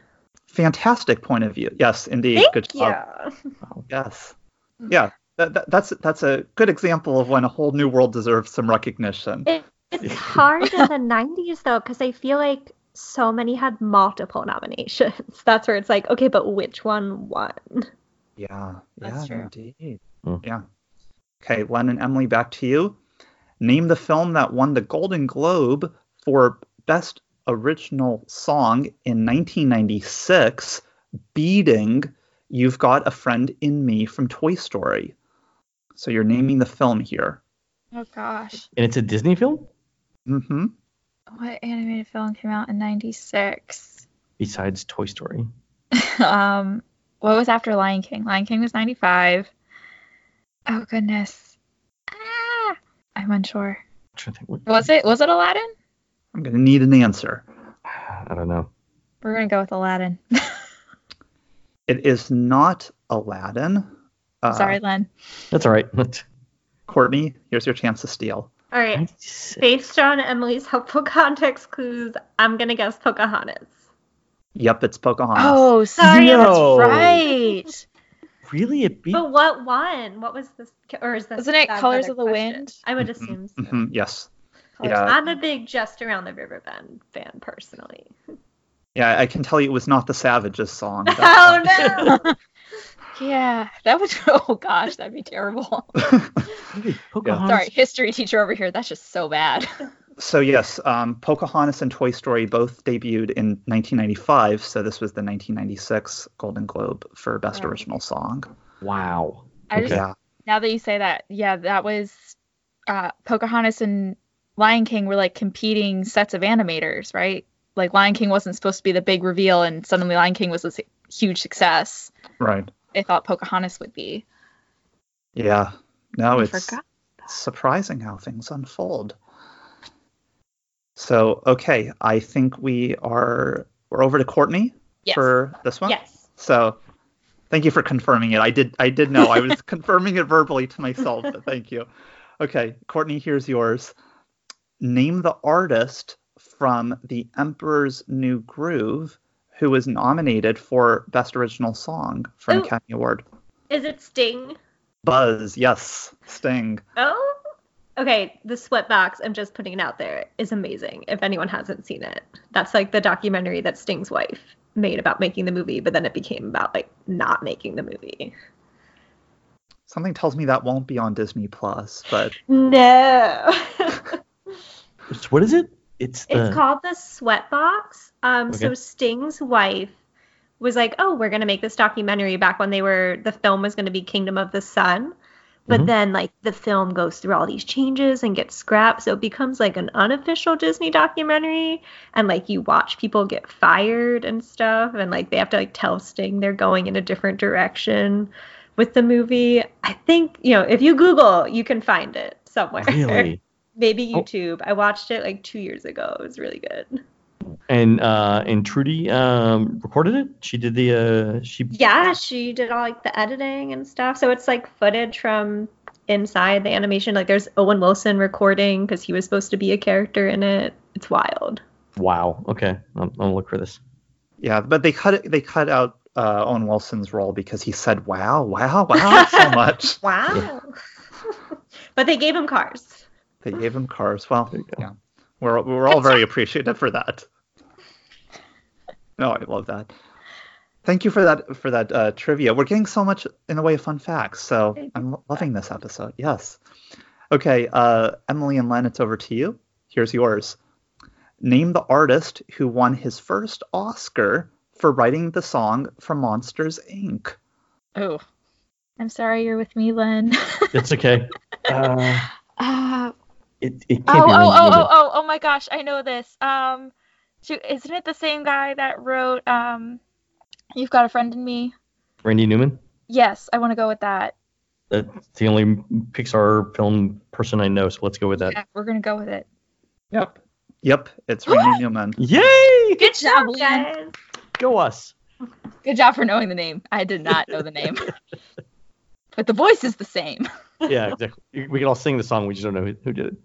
Speaker 9: fantastic point of view. Yes, indeed.
Speaker 7: Thank
Speaker 9: good
Speaker 7: you. Hmm.
Speaker 9: job. Yes. Yeah. That, that, that's that's a good example of when a whole new world deserves some recognition.
Speaker 7: It, it's hard in the 90s though, because I feel like so many had multiple nominations. That's where it's like, okay, but which one won?
Speaker 9: Yeah.
Speaker 7: That's
Speaker 9: yeah,
Speaker 7: true.
Speaker 9: indeed. Yeah. Okay, Len and Emily, back to you. Name the film that won the Golden Globe for Best Original Song in 1996, beating You've Got a Friend in Me from Toy Story. So you're naming the film here.
Speaker 11: Oh gosh.
Speaker 10: And it's a Disney film?
Speaker 9: Mm-hmm.
Speaker 11: What animated film came out in '96?
Speaker 10: Besides Toy Story.
Speaker 11: um, what was after Lion King? Lion King was '95. Oh goodness. Ah, I'm unsure.
Speaker 10: I'm trying to think. What,
Speaker 11: Was it was it Aladdin?
Speaker 9: I'm going to need an answer.
Speaker 10: I don't know.
Speaker 11: We're gonna go with Aladdin.
Speaker 9: It is not Aladdin. Uh,
Speaker 11: Sorry, Len.
Speaker 10: That's all right.
Speaker 9: Courtney, here's your chance to steal.
Speaker 7: All right. Based on Emily's helpful context clues, I'm gonna guess Pocahontas.
Speaker 9: Yep, it's Pocahontas.
Speaker 11: Oh,
Speaker 7: sorry,
Speaker 10: No.
Speaker 7: that's right. Oh.
Speaker 10: Really? It beat.
Speaker 7: But what won? What was this? Or is this?
Speaker 11: Isn't it
Speaker 7: that's
Speaker 11: Colors
Speaker 7: another
Speaker 11: of the
Speaker 7: question?
Speaker 11: Wind?
Speaker 7: I would assume. So.
Speaker 9: Mhm, yes.
Speaker 7: Colors-
Speaker 9: Yeah,
Speaker 7: I'm a big Just Around the River Bend fan personally.
Speaker 9: yeah, I can tell you it was not the Savages song. That-
Speaker 7: Oh no!
Speaker 11: Yeah, that would. Oh gosh, that'd be terrible.
Speaker 10: Pocahontas?
Speaker 11: Sorry, history teacher over here. That's just so bad.
Speaker 9: so, yes, um, Pocahontas and Toy Story both debuted in 1995, so this was the 1996 Golden Globe for Best
Speaker 11: Right.
Speaker 9: Original Song.
Speaker 10: Wow.
Speaker 11: I just
Speaker 9: Yeah.
Speaker 11: now that you say that, yeah, that was uh, Pocahontas and Lion King were like competing sets of animators, right? Like Lion King wasn't supposed to be the big reveal, and suddenly Lion King was this huge success.
Speaker 9: Right.
Speaker 11: They thought Pocahontas would be.
Speaker 9: Yeah. No,
Speaker 11: I
Speaker 9: Oh, it's
Speaker 11: forgot
Speaker 9: surprising how things unfold. So, okay, I think we are we're over to Courtney
Speaker 11: Yes.
Speaker 9: for this one.
Speaker 7: yes.
Speaker 9: So, thank you for confirming it. I did I did know. I was confirming it verbally to myself, but thank you. Okay, Courtney, here's yours. Name the artist from The Emperor's New Groove who was nominated for Best Original Song for an
Speaker 7: Ooh.
Speaker 9: Academy Award.
Speaker 7: Is it Sting?
Speaker 9: Buzz, yes, Sting.
Speaker 7: Oh. Okay, the Sweatbox. I'm just putting it out there. Is amazing. If anyone hasn't seen it, that's like the documentary that Sting's wife made about making the movie, but then it became about like not making the movie.
Speaker 9: Something tells me that won't be on Disney Plus, but
Speaker 7: No.
Speaker 10: It's- What is it? It's the.
Speaker 7: It's called the Sweatbox. Um, so
Speaker 10: Okay.
Speaker 7: Sting's wife was like, "Oh, we're gonna make this documentary." Back when they were, the film was gonna be Kingdom of the Sun, but
Speaker 10: Mhm.
Speaker 7: then like the film goes through all these changes and gets scrapped, so it becomes like an unofficial Disney documentary, and like you watch people get fired and stuff, and like they have to like tell Sting they're going in a different direction with the movie. I think you know if you Google, you can find it somewhere.
Speaker 10: Really?
Speaker 7: Maybe
Speaker 10: Oh.
Speaker 7: YouTube. I watched it like two years ago. It was really good.
Speaker 10: And uh, and Trudy um, recorded it. She did the. Uh, she.
Speaker 7: Yeah, she did all like the editing and stuff. So it's like footage from inside the animation. Like there's Owen Wilson recording because he was supposed to be a character in it. It's wild.
Speaker 10: Wow. Okay. I'm, I'll look for this.
Speaker 9: yeah, but they cut it, they cut out uh, Owen Wilson's role because he said "wow, wow, wow" so much.
Speaker 7: wow. but they gave him cars.
Speaker 9: They gave him cars. Well, yeah, we're we're all very appreciative for that. No, I love that. Thank you for that for that uh, trivia. We're getting so much in the way of fun facts, so I'm loving this episode. Yes. Okay, uh, Emily and Len, it's over to you. Here's yours. Name the artist who won his first Oscar for writing the song from Monsters Inc.
Speaker 11: Oh. I'm sorry you're with me, Len.
Speaker 10: It's okay. Uh,
Speaker 11: uh,
Speaker 10: it, it can't
Speaker 11: oh,
Speaker 10: be
Speaker 11: oh,
Speaker 10: Randy
Speaker 11: oh,
Speaker 10: Newman.
Speaker 11: oh, oh, oh my gosh, I know this. Um, shoot, isn't it the same guy that wrote um, "You've Got a Friend in Me"?
Speaker 7: oh.
Speaker 10: Randy Newman.
Speaker 11: Yes, I want to go with that.
Speaker 10: That's the only Pixar film person I know, so let's go with that.
Speaker 11: Yeah, we're gonna go with it.
Speaker 9: Yep. Yep, it's Randy Newman.
Speaker 10: Yay!
Speaker 11: Good job, Len.
Speaker 10: Go us.
Speaker 11: Good job for knowing the name. I did not know the name, but the voice is the same.
Speaker 10: Yeah, exactly. We can all sing the song. We just don't know who, who did it.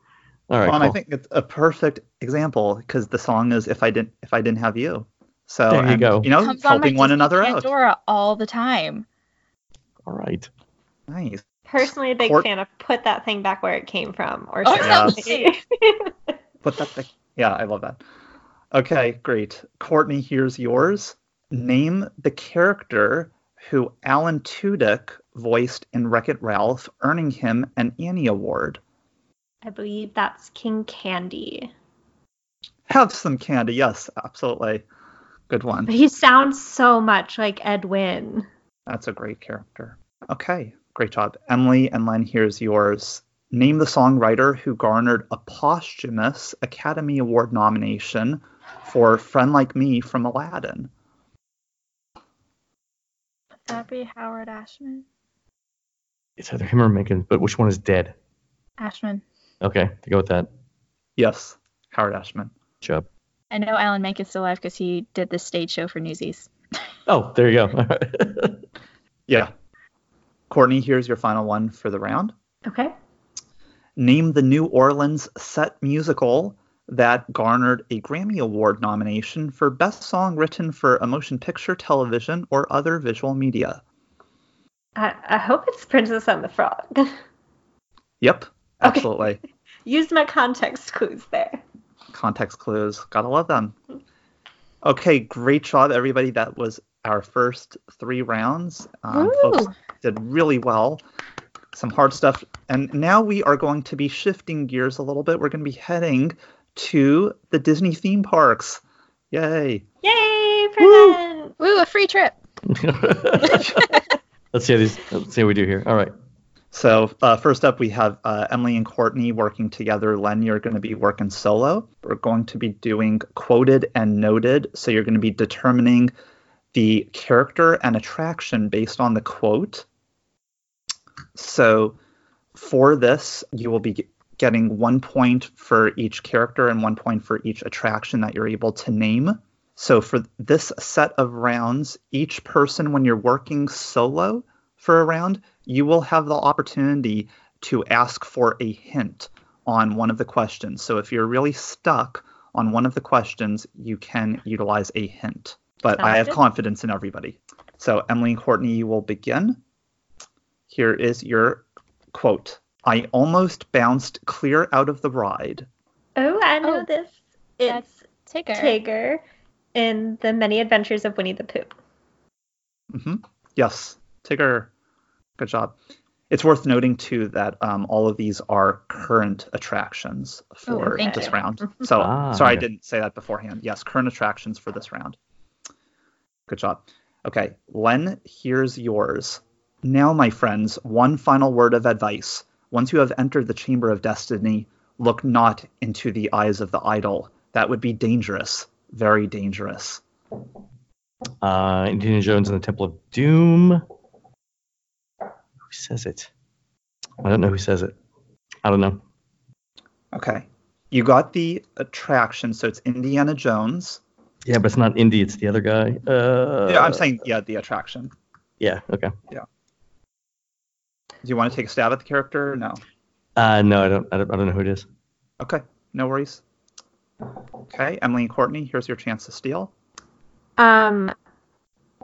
Speaker 10: All right.
Speaker 9: Well, and I
Speaker 10: cool.
Speaker 9: think it's a perfect example because the song is "If I Didn't If I Didn't Have You." So
Speaker 10: There you
Speaker 9: and,
Speaker 10: go.
Speaker 9: You know,
Speaker 11: Comes on my
Speaker 9: helping one
Speaker 11: Disney
Speaker 9: another out.
Speaker 11: Pandora all the time.
Speaker 10: All right.
Speaker 9: Nice.
Speaker 7: Personally, a big
Speaker 9: Court-
Speaker 7: fan of put that thing back where it came from, or
Speaker 11: Oh,
Speaker 7: something.
Speaker 9: But that, that- yeah, I love that. Okay, great. Courtney, here's yours. Name the character who Alan Tudyk voiced in Wreck It Ralph, earning him an Annie Award.
Speaker 7: I believe that's King Candy.
Speaker 9: Have some candy. Yes, absolutely. Good one.
Speaker 7: But he sounds so much like Edwin.
Speaker 9: That's a great character. Okay, great job. Emily and Len, here's yours. Name the songwriter who garnered a posthumous Academy Award nomination for Friend Like Me from Aladdin.
Speaker 11: That be Howard Ashman.
Speaker 10: It's either him or Megan, but which one is dead?
Speaker 11: Ashman.
Speaker 10: Okay, to go with that.
Speaker 9: Yes, Howard Ashman.
Speaker 10: Good job.
Speaker 11: I know Alan Menken's still alive because he did this stage show for Newsies.
Speaker 10: Oh, there you go.
Speaker 9: Yeah. Courtney, here's your final one for the round.
Speaker 7: Okay.
Speaker 9: Name the New Orleans set musical that garnered a Grammy Award nomination for Best Song Written for a Motion Picture, Television, or Other Visual Media.
Speaker 7: I, I hope it's Princess and the Frog.
Speaker 9: Yep, absolutely.
Speaker 7: Used my context clues there.
Speaker 9: context clues. Gotta love them. Okay, great job, everybody. That was our first three rounds. Um, folks
Speaker 11: Woo.
Speaker 9: did really well. Some hard stuff. And now we are going to be shifting gears a little bit. We're going to be heading to the Disney theme parks. Yay.
Speaker 7: Yay, present!
Speaker 11: Woo, a free trip.
Speaker 10: let's see how these. Let's see how we do here. All right.
Speaker 9: So, uh, first up, we have uh, Emily and Courtney working together. Len, you're going to be working solo. We're going to be doing quoted and noted. So, you're going to be determining the character and attraction based on the quote. So, for this, you will be g- getting one point for each character and one point for each attraction that you're able to name. So, for this set of rounds, each person, when you're working solo for a round, you will have the opportunity to ask for a hint on one of the questions. So, if you're really stuck on one of the questions, you can utilize a hint. But I
Speaker 7: Sounds
Speaker 9: have
Speaker 7: good.
Speaker 9: confidence in everybody. So, Emily and Courtney, you will begin. Here is your quote I almost bounced clear out of the ride.
Speaker 7: Oh, I know
Speaker 11: Oh,
Speaker 7: this.
Speaker 11: that's
Speaker 7: It's
Speaker 11: Tigger.
Speaker 7: Tigger in the Many Adventures of Winnie the Pooh.
Speaker 9: hmm Yes, Tigger. Good job. It's worth noting too that um, all of these are current attractions for
Speaker 11: Oh, thank
Speaker 9: this
Speaker 11: you.
Speaker 9: round. So
Speaker 10: Ah,
Speaker 9: sorry I
Speaker 10: okay.
Speaker 9: didn't say that beforehand. Yes, current attractions for this round. Good job. Okay, Len, here's yours. Now, my friends, one final word of advice. Once you have entered the chamber of destiny, look not into the eyes of the idol. That would be dangerous, very dangerous.
Speaker 10: Uh, Indiana Jones and the Temple of Doom. Who says it? I don't know who says it. I don't know.
Speaker 9: Okay. You got the attraction, so it's Indiana Jones.
Speaker 10: Yeah, but it's not Indy. It's the other guy. Uh,
Speaker 9: yeah, I'm saying yeah, the attraction.
Speaker 10: Yeah. Okay.
Speaker 9: Do you want to take a stab at the character? or No.
Speaker 10: Uh, no, I don't, I don't. I don't know who it is.
Speaker 9: Okay. No worries. Okay, Emily and Courtney, here's your chance to steal.
Speaker 7: Um,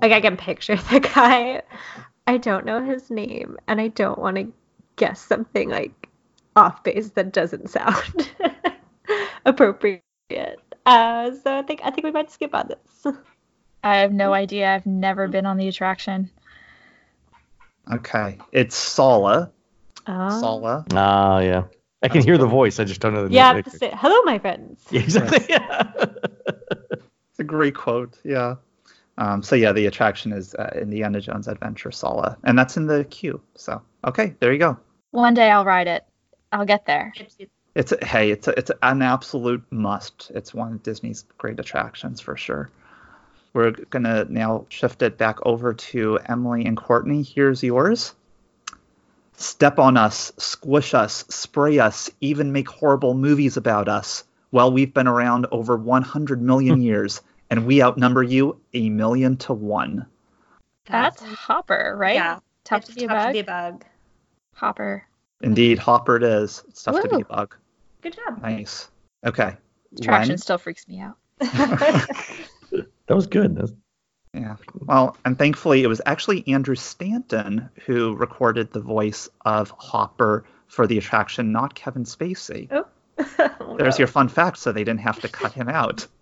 Speaker 7: Like I can picture the guy. I don't know his name, and I don't want to guess something like off base that doesn't sound appropriate. Uh, so I think I think we might skip on this.
Speaker 11: I have no idea. I've never been on the attraction.
Speaker 9: Okay, it's Sala.
Speaker 7: Oh.
Speaker 9: Sala.
Speaker 10: Ah, yeah. I can hear the voice. I just don't know the
Speaker 7: yeah.
Speaker 10: name.
Speaker 7: just say, Hello, my friends.
Speaker 10: Yeah, exactly.
Speaker 9: It's a great quote. Yeah. Um, so yeah, the attraction is uh, Indiana Jones Adventure Sala, and that's in the queue. So okay, there you go.
Speaker 11: One day I'll ride it. I'll get there.
Speaker 9: It's a, hey, it's a, it's an absolute must. It's one of Disney's great attractions for sure. We're gonna now shift it back over to Emily and Courtney. Here's yours. Step on us, squish us, spray us, even make horrible movies about us. Well, we've been around over 100 million years, and we outnumber you a million to one.
Speaker 11: That's Hopper, right?
Speaker 7: Yeah.
Speaker 11: Tough to be a
Speaker 7: Tough to
Speaker 11: bug.
Speaker 7: be a bug.
Speaker 11: Hopper.
Speaker 9: Indeed, Hopper it is. It's tough to
Speaker 11: Woo.
Speaker 9: debug.
Speaker 7: Good job.
Speaker 9: Nice. Okay.
Speaker 11: Attraction
Speaker 9: Len?
Speaker 11: still freaks me out.
Speaker 10: That was good. That was-
Speaker 9: Yeah. Well, and thankfully, it was actually Andrew Stanton who recorded the voice of Hopper for the attraction, not Kevin Spacey.
Speaker 7: Oh.
Speaker 9: There's your fun fact, so they didn't have to cut him out.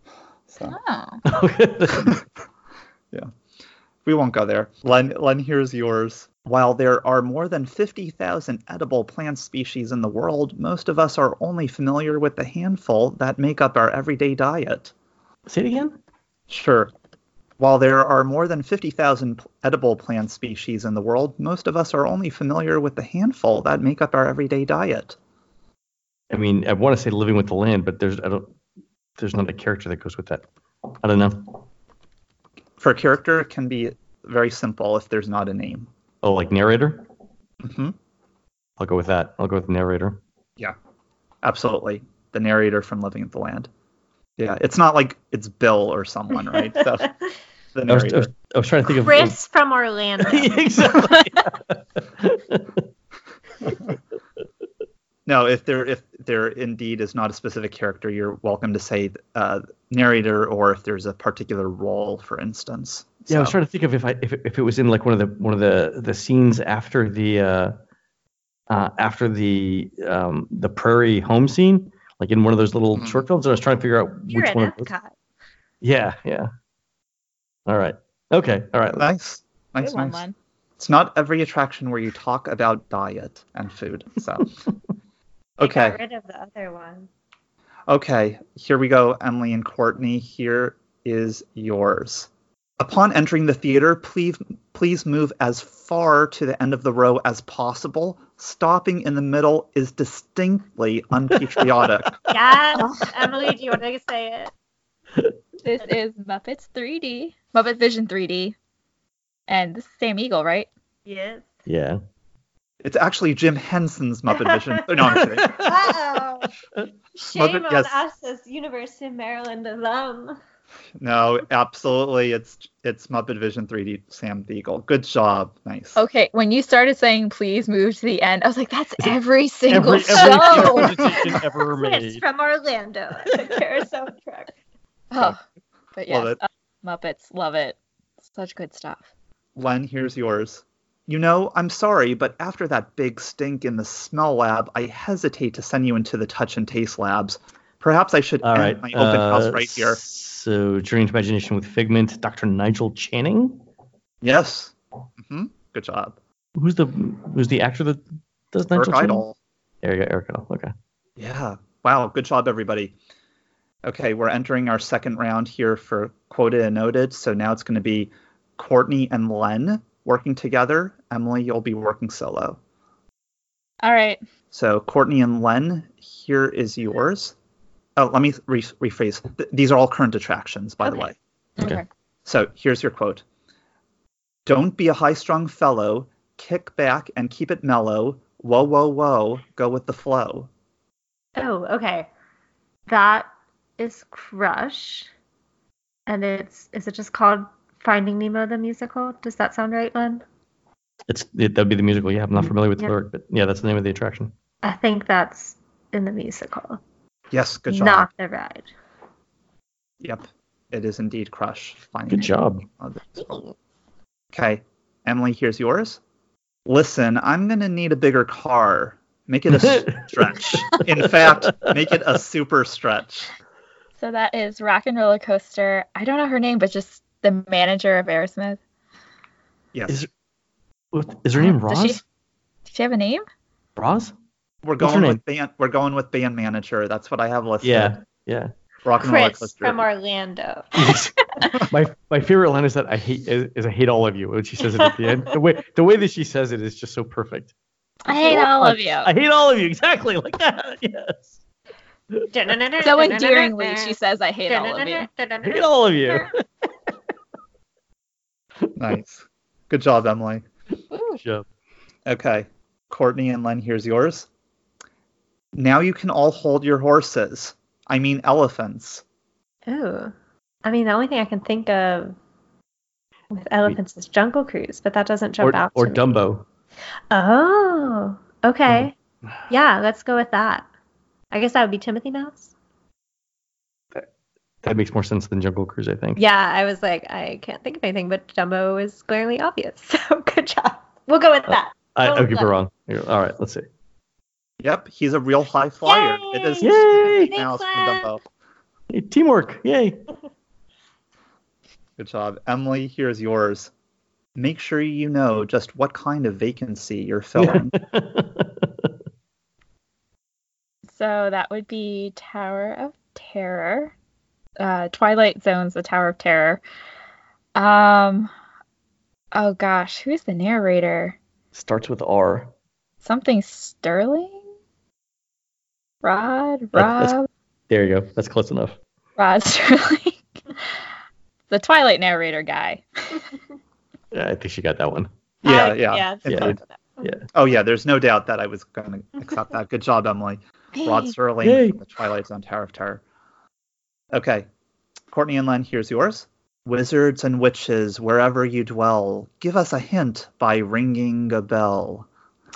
Speaker 9: So
Speaker 11: Oh.
Speaker 9: we won't go there. Len, Len, here's yours. While there are more than 50,000 edible plant species in the world, most of us are only familiar with the handful that make up our everyday diet.
Speaker 10: Say it again.
Speaker 9: Sure. While there are more than 50,000 p- edible plant species in the world, most of us are only familiar with the handful that make up our everyday diet.
Speaker 10: I mean, I want to say living with the land, but there's I don't there's not a character that goes with that. I don't know.
Speaker 9: For a character, it can be very simple if there's not a name.
Speaker 10: Oh, like narrator?
Speaker 9: hmm
Speaker 10: I'll go with that. I'll go with narrator.
Speaker 9: Yeah, absolutely. The narrator from Living in the Land. Yeah, it's not like it's Bill or someone, right? So, the
Speaker 10: I was, I,
Speaker 9: narrator.
Speaker 10: was, I was trying to think of
Speaker 7: Chris from Orlando.
Speaker 10: exactly.
Speaker 9: No, if there if there indeed is not a specific character, you're welcome to say uh, narrator, or if there's a particular role, for instance.
Speaker 10: Yeah, I was
Speaker 9: So-
Speaker 10: trying to think of if I if, it- if it was in like one of the one of the the scenes after the uh, uh, after the um, the prairie home scene, like in one of those little short films, and I was trying to figure out
Speaker 7: You're
Speaker 10: which
Speaker 7: in
Speaker 10: one. It was.
Speaker 7: Epcot.
Speaker 10: Yeah, yeah. All right. Okay. All right.
Speaker 9: Nice. Nice,
Speaker 11: Good one,
Speaker 9: nice.
Speaker 11: Len.
Speaker 9: It's not every attraction where you talk about diet and food. So,
Speaker 7: They
Speaker 9: okay,
Speaker 7: Got rid of the other one.
Speaker 9: okay, here we go, Emily and Courtney. Here is yours. Upon entering the theater, please please move as far to the end of the row as possible. Stopping in the middle is distinctly unpatriotic.
Speaker 7: Yes, Emily, do you want to say it?
Speaker 11: This is Muppets 3D. Muppet Vision 3D. And this is Sam Eagle, right?
Speaker 7: Yes.
Speaker 10: Yeah.
Speaker 9: it's actually Jim Henson's Muppet Vision. No, I'm kidding.
Speaker 7: Uh oh. Shame
Speaker 9: Muppet-
Speaker 7: on
Speaker 9: yes.
Speaker 7: us as University of Maryland alum.
Speaker 9: No, absolutely, it's it's Muppet Vision 3D. Sam Deagle, good job, nice.
Speaker 11: Okay, when you started saying please move to the end, I was like, that's every single
Speaker 10: Every,
Speaker 11: show.
Speaker 10: every decision ever
Speaker 7: Chris
Speaker 10: made.
Speaker 7: from Orlando. at the Carousel truck.
Speaker 11: oh, but
Speaker 9: Love
Speaker 11: yes,
Speaker 9: it.
Speaker 11: uh, Muppets, love it. Such good stuff.
Speaker 9: Len, here's yours. You know, I'm sorry, but after that big stink in the smell lab, I hesitate to send you into the touch and taste labs. Perhaps I should
Speaker 10: All
Speaker 9: end
Speaker 10: right.
Speaker 9: my open house
Speaker 10: uh,
Speaker 9: right here.
Speaker 10: So, Strange Imagination with Figment, Dr. Nigel Channing.
Speaker 9: Yes. hmm Good job.
Speaker 10: Who's the who's the actor that does Nigel
Speaker 9: Eric
Speaker 10: Channing?
Speaker 9: Idle.
Speaker 10: There you go, Eric Idle. Okay.
Speaker 9: Yeah. Wow. Good job, everybody. Okay, we're entering our second round here for quoted and noted. So now it's going to be Courtney and Len working together. Emily, you'll be working solo.
Speaker 11: All right.
Speaker 9: So Courtney and Len, here is yours. Oh, let me re- rephrase. Th- these are all current attractions, by the
Speaker 7: Okay.
Speaker 9: way.
Speaker 10: Okay.
Speaker 9: So here's your quote. Don't be a high-strung fellow. Kick back and keep it mellow. Whoa, whoa, whoa. Go with the flow.
Speaker 7: Oh, okay. That is Crush. And it's is it just called Finding Nemo the musical? Does that sound right, Lynn?
Speaker 10: It's it, that'd be the musical. Yeah, I'm not familiar with the
Speaker 7: Yeah.
Speaker 10: lyric, but yeah, that's the name of the attraction.
Speaker 7: I think that's in the musical.
Speaker 9: Yes, good job.
Speaker 7: Not the ride.
Speaker 9: Yep, it is indeed Crush. Finding
Speaker 10: Good
Speaker 9: Nemo.
Speaker 10: job.
Speaker 9: Oh, that's- Okay, Emily, here's yours. Listen, I'm gonna need a bigger car. Make it a stretch. In fact, make it a super stretch.
Speaker 11: So that is Rock and Roller Coaster. I don't know her name, but just the manager of Aerosmith.
Speaker 9: Yes.
Speaker 10: Is, is her name Roz?
Speaker 11: Does she, does she have a name?
Speaker 10: Roz?
Speaker 9: We're
Speaker 10: What's her
Speaker 9: going
Speaker 10: name?
Speaker 9: with band. We're going with band manager. That's what I have listed.
Speaker 10: Yeah, yeah.
Speaker 9: Rock and roll
Speaker 7: Chris
Speaker 9: coaster.
Speaker 7: from Orlando.
Speaker 10: my my favorite line is that I hate is, is I hate all of you when she says it at the end. The way the way that she says it is just so perfect.
Speaker 11: I hate all of you.
Speaker 10: I hate all of you exactly like that. Yes.
Speaker 11: So endearingly, she says, I hate all of you.
Speaker 10: I hate all of you.
Speaker 9: Nice. Good job, Emily.
Speaker 10: Sure.
Speaker 9: Okay, Courtney and Len, here's yours. Now you can all hold your horses. I mean elephants.
Speaker 7: Oh, I mean, the only thing I can think of with elephants is Jungle Cruise, but that doesn't jump
Speaker 10: Or,
Speaker 7: out.
Speaker 10: or
Speaker 7: to me.
Speaker 10: Dumbo.
Speaker 7: Oh, okay.
Speaker 10: Mm-hmm.
Speaker 7: Yeah, let's go with that. I guess that would be Timothy Mouse.
Speaker 10: That makes more sense than Jungle Cruise, I think.
Speaker 7: Yeah, I was like, I can't think of anything, but Dumbo is glaringly obvious. So good job. We'll go with that.
Speaker 10: I,
Speaker 7: Oh,
Speaker 10: I could be
Speaker 7: look.
Speaker 10: wrong. Here, All right, let's see.
Speaker 9: Yep, he's a real high flyer. It is
Speaker 10: Yay!
Speaker 9: Timothy Mouse from Dumbo.
Speaker 10: Hey, teamwork, yay!
Speaker 9: Good job, Emily. Here's yours. Make sure you know just what kind of vacancy you're filling.
Speaker 11: So that would be Tower of Terror. Uh, Twilight Zone's The Tower of Terror. Um, oh gosh, who's the narrator?
Speaker 10: Starts with R.
Speaker 11: Something Sterling? Rod?
Speaker 10: That- that's-
Speaker 11: Rob?
Speaker 10: There you go. That's close enough.
Speaker 11: Rod Sterling? the Twilight narrator guy.
Speaker 10: Yeah, I think she got that one.
Speaker 9: yeah, yeah,
Speaker 11: yeah,
Speaker 10: Yeah.
Speaker 9: indeed.
Speaker 10: Yeah.
Speaker 9: Oh yeah, there's no doubt that I was going to accept that. Good job, Emily. Rod
Speaker 11: Hey.
Speaker 9: Serling,
Speaker 10: Yay.
Speaker 9: from The Twilight Zone, Tower of Terror. Okay, Courtney and Len, here's yours. Wizards and witches, wherever you dwell, give us a hint by ringing a bell.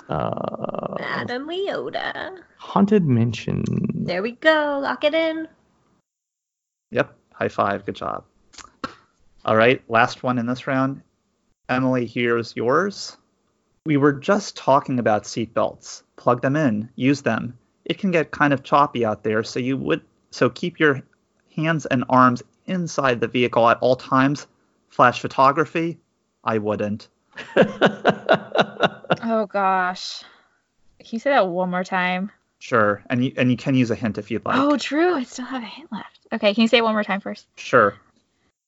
Speaker 10: Uh,
Speaker 7: Adam Leota.
Speaker 10: haunted Mansion.
Speaker 7: There we go. Lock it in.
Speaker 9: Yep, high five. Good job. All right, last one in this round. Emily, here's yours. We were just talking about seatbelts. Plug them in, use them. It can get kind of choppy out there, so you would so keep your hands and arms inside the vehicle at all times. Flash photography, I wouldn't.
Speaker 11: Oh gosh. Can you say that one more time?
Speaker 9: Sure, and you and you can use a hint if you'd like.
Speaker 11: Oh, true. I still have a hint left. Okay, can you say it one more time first?
Speaker 9: Sure.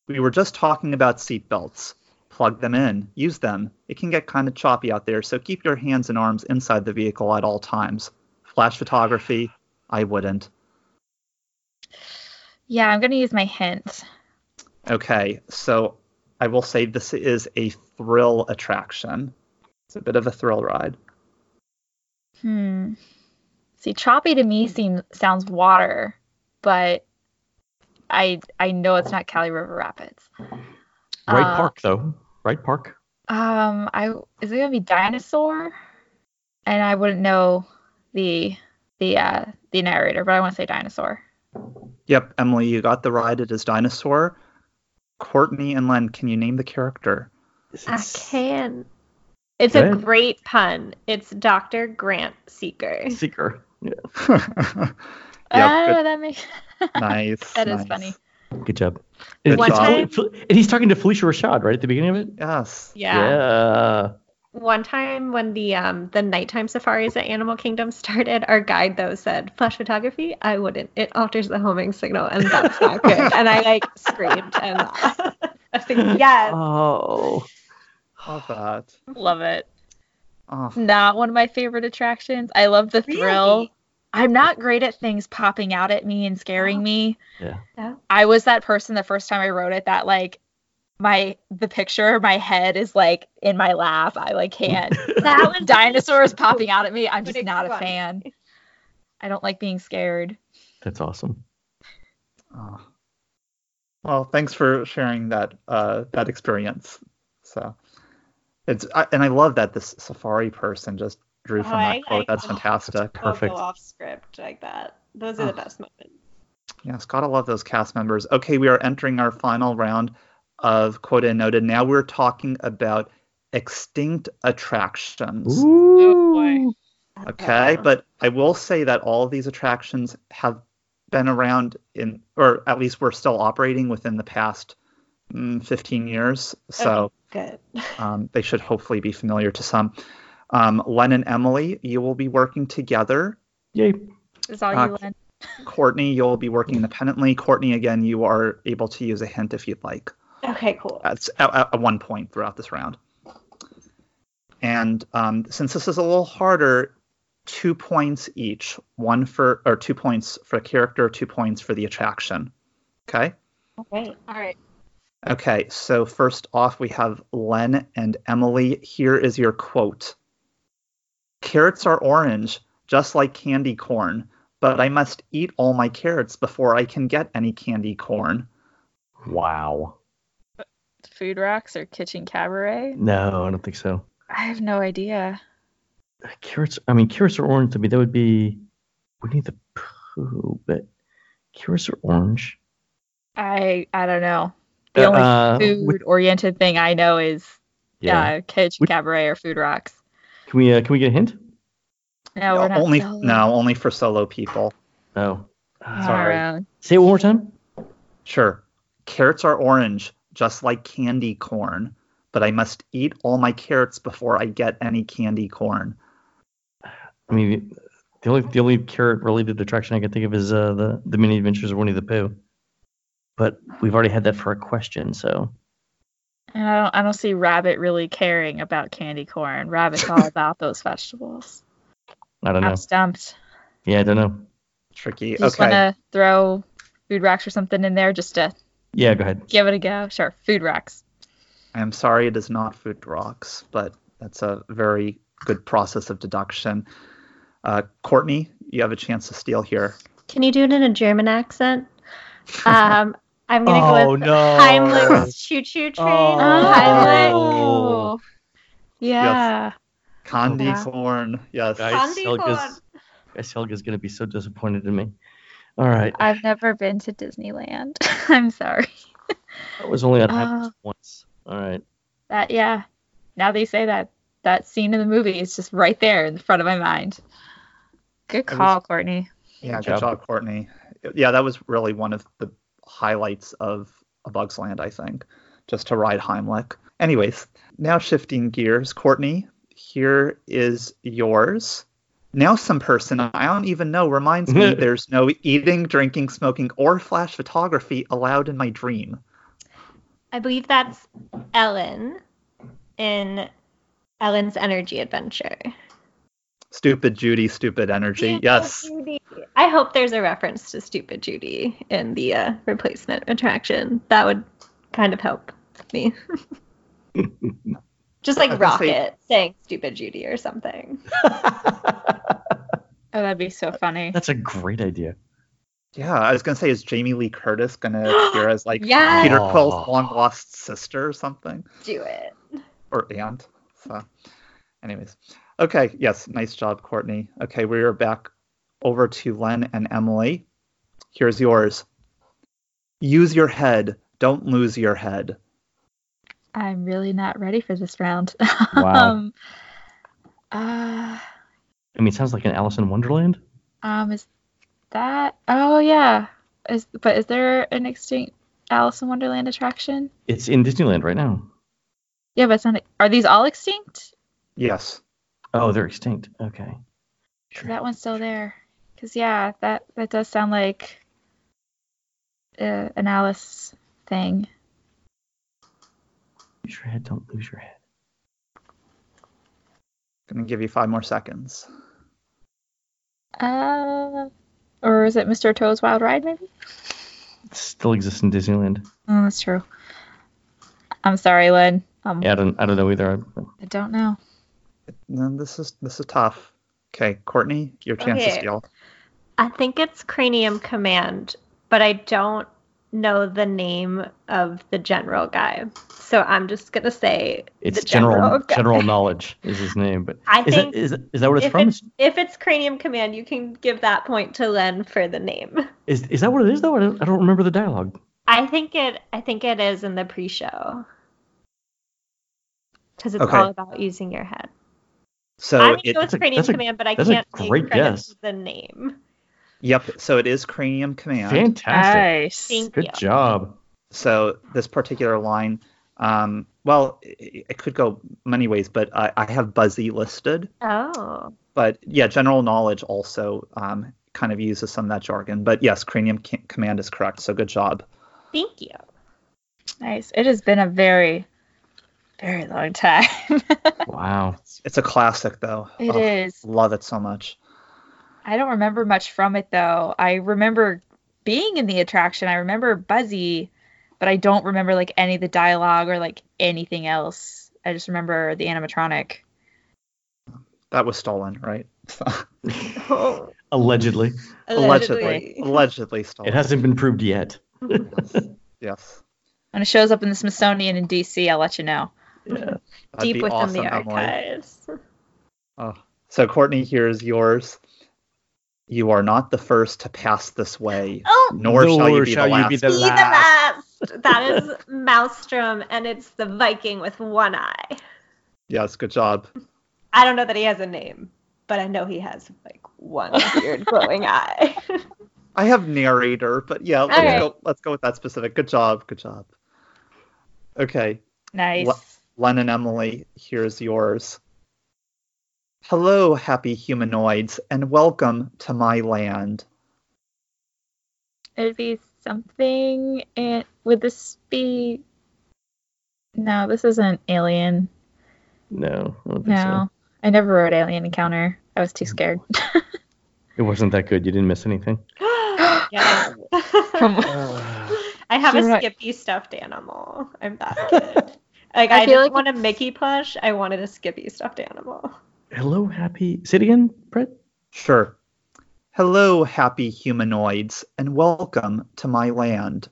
Speaker 9: We were just talking about seatbelts. Plug them in, use them. It can get kind of choppy out there, so keep your hands and arms inside the vehicle at all times. Flash photography, I wouldn't.
Speaker 11: Yeah, I'm gonna use my hint.
Speaker 9: Okay, so I will say this is a thrill attraction. It's a bit of a thrill ride.
Speaker 11: Hmm. See, choppy to me seems sounds water, but I I know it's not Cali River Rapids.
Speaker 10: Wright
Speaker 11: Uh,
Speaker 10: Park, though. Wright Park.
Speaker 11: Um, I is it gonna be dinosaur? And I wouldn't know the the uh the narrator, but I want to say dinosaur.
Speaker 9: Yep, Emily, you got the ride. It is Dinosaur. Courtney and Len, can you name the character?
Speaker 7: I can. It's
Speaker 10: Go
Speaker 7: a
Speaker 10: ahead.
Speaker 7: great pun. It's Dr. Grant Seeker.
Speaker 10: Seeker. Yeah.
Speaker 9: yep,
Speaker 11: oh,
Speaker 9: good.
Speaker 11: that makes
Speaker 9: nice.
Speaker 11: that is
Speaker 9: nice.
Speaker 11: funny.
Speaker 10: Good job.
Speaker 9: Good
Speaker 10: And-
Speaker 9: job.
Speaker 10: and Fel- and he's talking to Felicia Rashad right at the beginning of it.
Speaker 9: Yes.
Speaker 10: Yeah.
Speaker 7: One time when the um the nighttime safaris at Animal Kingdom started, our guide though said, "Flash photography, I wouldn't. It alters the homing signal, and that's not good." and I like screamed and laughed. I was like, "Yes,
Speaker 10: Oh.
Speaker 9: Love that.
Speaker 11: Love it.
Speaker 9: Oh,
Speaker 11: Not one of my favorite attractions. I love the thrill.
Speaker 7: Really?
Speaker 11: I'm not great at things popping out at me and scaring me.
Speaker 10: Yeah.
Speaker 7: No.
Speaker 11: I was that person the first time I wrote it that like my the picture my head is like in my lap. I like can't.
Speaker 7: that was
Speaker 11: Dinosaurs popping out at me. I'm
Speaker 7: But
Speaker 11: just
Speaker 7: it's
Speaker 11: not a
Speaker 7: fun.
Speaker 11: fan. I don't like being scared.
Speaker 10: That's awesome.
Speaker 9: Oh. Well, thanks for sharing that uh, that experience. So it's I, and I love that this safari person just drew from
Speaker 7: Oh,
Speaker 9: that
Speaker 7: I-
Speaker 9: quote.
Speaker 7: I-
Speaker 9: That's
Speaker 7: oh,
Speaker 9: fantastic.
Speaker 7: We'll
Speaker 10: Perfect.
Speaker 7: go off script like that. Those are the
Speaker 9: Oh.
Speaker 7: best moments.
Speaker 9: Yes, gotta love those cast members. Okay, we are entering our final round. of Quota and Noda. Now we're talking about extinct attractions.
Speaker 13: Ooh.
Speaker 9: Okay,
Speaker 7: Um,
Speaker 9: but I will say that all of these attractions have been around in, or at least we're still operating within the past mm, 15 years. So
Speaker 7: good.
Speaker 9: um, they should hopefully be familiar to some. Um, Len and Emily, you will be working together.
Speaker 10: Yay.
Speaker 11: It's all
Speaker 9: Uh,
Speaker 11: you, Len.
Speaker 9: Courtney, you'll be working independently. Courtney, again, you are able to use a hint if you'd like.
Speaker 7: Okay, cool.
Speaker 9: That's at, at, at one point throughout this round. And um, since this is a little harder, two points each, one for or two points for character, two points for the attraction. Okay.
Speaker 7: Okay.
Speaker 13: All right.
Speaker 9: Okay. So first off, we have Len and Emily. Here is your quote. Carrots are orange, just like candy corn, but I must eat all my carrots before I can get any candy corn.
Speaker 10: Wow.
Speaker 11: Food Rocks or Kitchen Cabaret?
Speaker 10: No, I don't think so.
Speaker 11: I have no idea.
Speaker 10: Carrots. I mean, carrots are orange to me. That would be Winnie the Pooh, but carrots are orange.
Speaker 11: I I don't know. The
Speaker 10: Uh,
Speaker 11: only
Speaker 10: uh,
Speaker 11: food-oriented thing I know is
Speaker 10: Yeah.
Speaker 11: uh, Kitchen Cabaret or Food Rocks.
Speaker 10: Can we uh, can we get a hint?
Speaker 11: No, we're not
Speaker 9: only
Speaker 11: solo.
Speaker 9: no, only for solo people.
Speaker 10: No.
Speaker 9: Sorry.
Speaker 11: Alright.
Speaker 10: Oh. Say it one more time.
Speaker 9: Sure. Carrots are orange, just like candy corn, but I must eat all my carrots before I get any candy corn.
Speaker 10: I mean, the only the only carrot related attraction I can think of is uh, the the mini adventures of Winnie the Pooh. But we've already had that for a question, so
Speaker 11: And I don't I don't see Rabbit really caring about candy corn. Rabbit's all about those vegetables.
Speaker 10: I don't know.
Speaker 11: I'm stumped.
Speaker 10: Yeah, I don't know.
Speaker 9: Tricky.
Speaker 11: You just want to throw Food Rocks or something in there just to
Speaker 10: Yeah, go ahead.
Speaker 11: give it a go. Sure, Food Rocks.
Speaker 9: I'm sorry it is not food rocks, but that's a very good process of deduction. Uh, Courtney, you have a chance to steal here.
Speaker 7: Can you do it in a German accent? Um, I'm gonna go
Speaker 9: Oh,
Speaker 7: with
Speaker 9: no. Oh.
Speaker 7: Heimlich's choo choo train.
Speaker 10: Oh.
Speaker 7: Heimlich. Yeah.
Speaker 9: Candy
Speaker 7: Wow.
Speaker 9: corn. Yes.
Speaker 10: Guys,
Speaker 7: Candy corn.
Speaker 10: Helga's, guys, Helga's gonna be so disappointed in me. All right,
Speaker 7: Uh,
Speaker 11: I've never been to Disneyland. I'm sorry.
Speaker 10: that was only on
Speaker 11: Uh,
Speaker 10: once. All right.
Speaker 11: that yeah. Now they say that that scene in the movie is just right there in the front of my mind. Good
Speaker 9: I was-
Speaker 11: call, Courtney.
Speaker 9: Yeah,
Speaker 10: Good
Speaker 9: good,
Speaker 10: job.
Speaker 9: job. Courtney. Yeah, that was really one of the highlights of A Bug's Land, I think, just to ride Heimlich. Anyways, now shifting gears, Courtney, here is yours. Now, some person I don't even know reminds me there's no eating, drinking, smoking, or flash photography allowed in my dream.
Speaker 7: I believe that's Ellen in Ellen's Energy Adventure.
Speaker 9: Stupid Judy, stupid energy. Yes.
Speaker 7: Oh, I hope there's a reference to Stupid Judy in the uh, replacement attraction. That would kind of help me. Just
Speaker 9: I
Speaker 7: like
Speaker 9: was gonna
Speaker 7: Rocket
Speaker 9: say-
Speaker 7: saying Stupid Judy or something.
Speaker 11: Oh, that'd be so funny.
Speaker 10: That's a great idea.
Speaker 9: Yeah, I was gonna say, is Jamie Lee Curtis gonna appear as like
Speaker 7: Yes.
Speaker 9: Peter Quill's
Speaker 10: Oh.
Speaker 9: long lost sister or something?
Speaker 7: Do it.
Speaker 9: or and. So, anyways, okay, yes, nice job, Courtney. Okay, we are back over to Len and Emily. Here's yours. Use your head, don't lose your head.
Speaker 11: I'm really not ready for this round.
Speaker 10: Wow.
Speaker 11: um, uh,
Speaker 10: I mean, it sounds like an Alice in Wonderland.
Speaker 11: um, is that? Oh yeah. Is but is there an extinct Alice in Wonderland attraction?
Speaker 10: It's in Disneyland right now.
Speaker 11: Yeah, but it's not. Are these all extinct?
Speaker 9: Yes.
Speaker 10: Oh, they're extinct. Okay.
Speaker 11: Is that one's still there? Because yeah, that that does sound like uh, an Alice thing.
Speaker 10: Use your head, don't lose your head.
Speaker 9: Gonna give you five more seconds.
Speaker 11: Uh, or is it Mr. Toad's Wild Ride maybe?
Speaker 10: It still exists in Disneyland.
Speaker 11: Oh, that's true. I'm sorry, Lynn. Um,
Speaker 10: Yeah, I don't, I don't know either.
Speaker 11: I don't know.
Speaker 9: No, this is this is tough. Okay, Courtney, your chance to
Speaker 7: Okay.
Speaker 9: steal.
Speaker 7: I think it's Cranium Command, but I don't know the name of the general guy. So I'm just going to say
Speaker 10: It's
Speaker 7: the
Speaker 10: general general,
Speaker 7: guy.
Speaker 10: knowledge is his name, but
Speaker 7: I
Speaker 10: is,
Speaker 7: think
Speaker 10: that, is, is that what it's
Speaker 7: if
Speaker 10: from?
Speaker 7: It's, if it's Cranium Command, you can give that point to Len for the name.
Speaker 10: Is is that what it is though? I don't, I don't remember the dialogue.
Speaker 7: I think it. I think it is in the pre-show because it's
Speaker 9: Okay.
Speaker 7: all about using your head.
Speaker 9: So
Speaker 7: I
Speaker 9: it-
Speaker 7: know it's Cranium Command, but I
Speaker 9: that's a
Speaker 7: can't take
Speaker 9: great
Speaker 7: credit
Speaker 9: guess.
Speaker 7: for the name.
Speaker 9: Yep. So it is Cranium Command.
Speaker 7: Nice. Thank you.
Speaker 10: job.
Speaker 9: So this particular line, um, well, it, it could go many ways, but I, I have Buzzy listed.
Speaker 7: Oh.
Speaker 9: But yeah, general knowledge also um, kind of uses some of that jargon. But yes, Cranium c- Command is correct. So good job.
Speaker 7: Thank you.
Speaker 11: Nice. It has been a very, very long time.
Speaker 10: Wow.
Speaker 9: It's a classic though.
Speaker 11: It
Speaker 9: It is.
Speaker 11: is.
Speaker 9: Love it so much.
Speaker 11: I don't remember much from it though. I remember being in the attraction. I remember Buzzy, but I don't remember like any of the dialogue or like anything else. I just remember the animatronic.
Speaker 9: That was stolen, right?
Speaker 10: Allegedly.
Speaker 9: Allegedly. Allegedly stolen.
Speaker 10: It hasn't been proved yet.
Speaker 9: Yes.
Speaker 11: When it shows up in the Smithsonian in DC, I'll let you know.
Speaker 9: That'd Deep be within awesome, the Emily.
Speaker 11: archives.
Speaker 9: Oh. So Courtney, here's yours. You are not the first to pass this way,
Speaker 7: Oh.
Speaker 9: nor shall you be,
Speaker 10: Nor shall
Speaker 9: the,
Speaker 10: you
Speaker 9: last.
Speaker 10: be
Speaker 7: Be the last. That is Maelstrom, and it's the Viking with one eye.
Speaker 9: Yes, good job.
Speaker 7: I don't know that he has a name, but I know he has like one weird glowing eye.
Speaker 9: I have narrator, but yeah, let's
Speaker 7: right.
Speaker 9: go. Let's go with that specific. Good job. Good job. Okay,
Speaker 11: Nice.
Speaker 9: Le- Len and Emily, here's yours. Hello, happy humanoids, and welcome to my land.
Speaker 11: It'd be something. And would this be? No, this isn't Alien.
Speaker 10: No. I don't think
Speaker 11: No, I never wrote Alien Encounter. I was too scared.
Speaker 10: so. It wasn't that good. You didn't miss anything.
Speaker 7: Yes. I have
Speaker 11: You're
Speaker 7: a
Speaker 11: right.
Speaker 7: Skippy stuffed animal. I'm that kid. Like
Speaker 11: I
Speaker 7: I,
Speaker 11: feel
Speaker 7: didn't
Speaker 11: like
Speaker 7: want a Mickey plush. I wanted a Skippy stuffed animal.
Speaker 10: Hello, happy. Say it again, Brett.
Speaker 9: Sure. Hello, happy humanoids, and welcome to my land.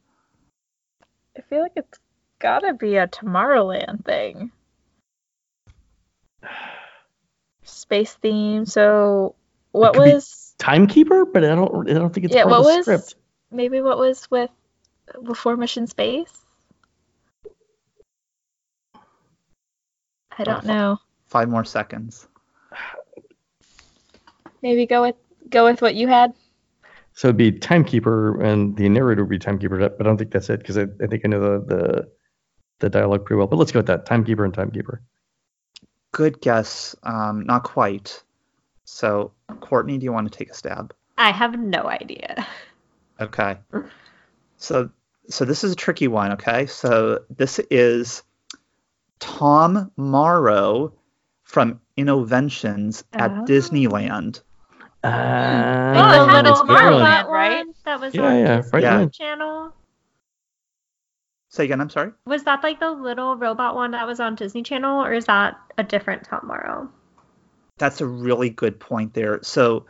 Speaker 11: I feel like it's gotta be a Tomorrowland thing. Space theme. So what
Speaker 10: could be
Speaker 11: was
Speaker 10: Timekeeper, but I don't. I don't think it's
Speaker 11: yeah?
Speaker 10: part
Speaker 11: What
Speaker 10: of the
Speaker 11: was
Speaker 10: script.
Speaker 11: maybe what was with before Mission Space? I don't
Speaker 10: Uh,
Speaker 9: Oh.
Speaker 11: know.
Speaker 9: Five more seconds.
Speaker 11: Maybe go with go with what you had.
Speaker 10: So it'd be Timekeeper, and the narrator would be Timekeeper, but I don't think that's it because I, I think I know the, the the dialogue pretty well. But let's go with that. Timekeeper and Timekeeper.
Speaker 9: Good guess. Um, not quite. So, Courtney, do you want to take a stab?
Speaker 7: I have no idea.
Speaker 9: Okay. So, so this is a tricky one. Okay. So this is Tom Morrow from Innoventions at
Speaker 7: Oh.
Speaker 9: Disneyland.
Speaker 10: Uh,
Speaker 7: Oh,
Speaker 10: that's
Speaker 7: Little
Speaker 10: a good one.
Speaker 7: Mermaid, right? That was
Speaker 10: Yeah,
Speaker 7: on
Speaker 10: yeah,
Speaker 7: Disney
Speaker 10: right
Speaker 9: Yeah.
Speaker 10: on.
Speaker 7: Channel.
Speaker 9: Say again. I'm sorry.
Speaker 7: Was that like the little robot one that was on Disney Channel, or is that a different Tom Morrow?
Speaker 9: That's a really good point there. So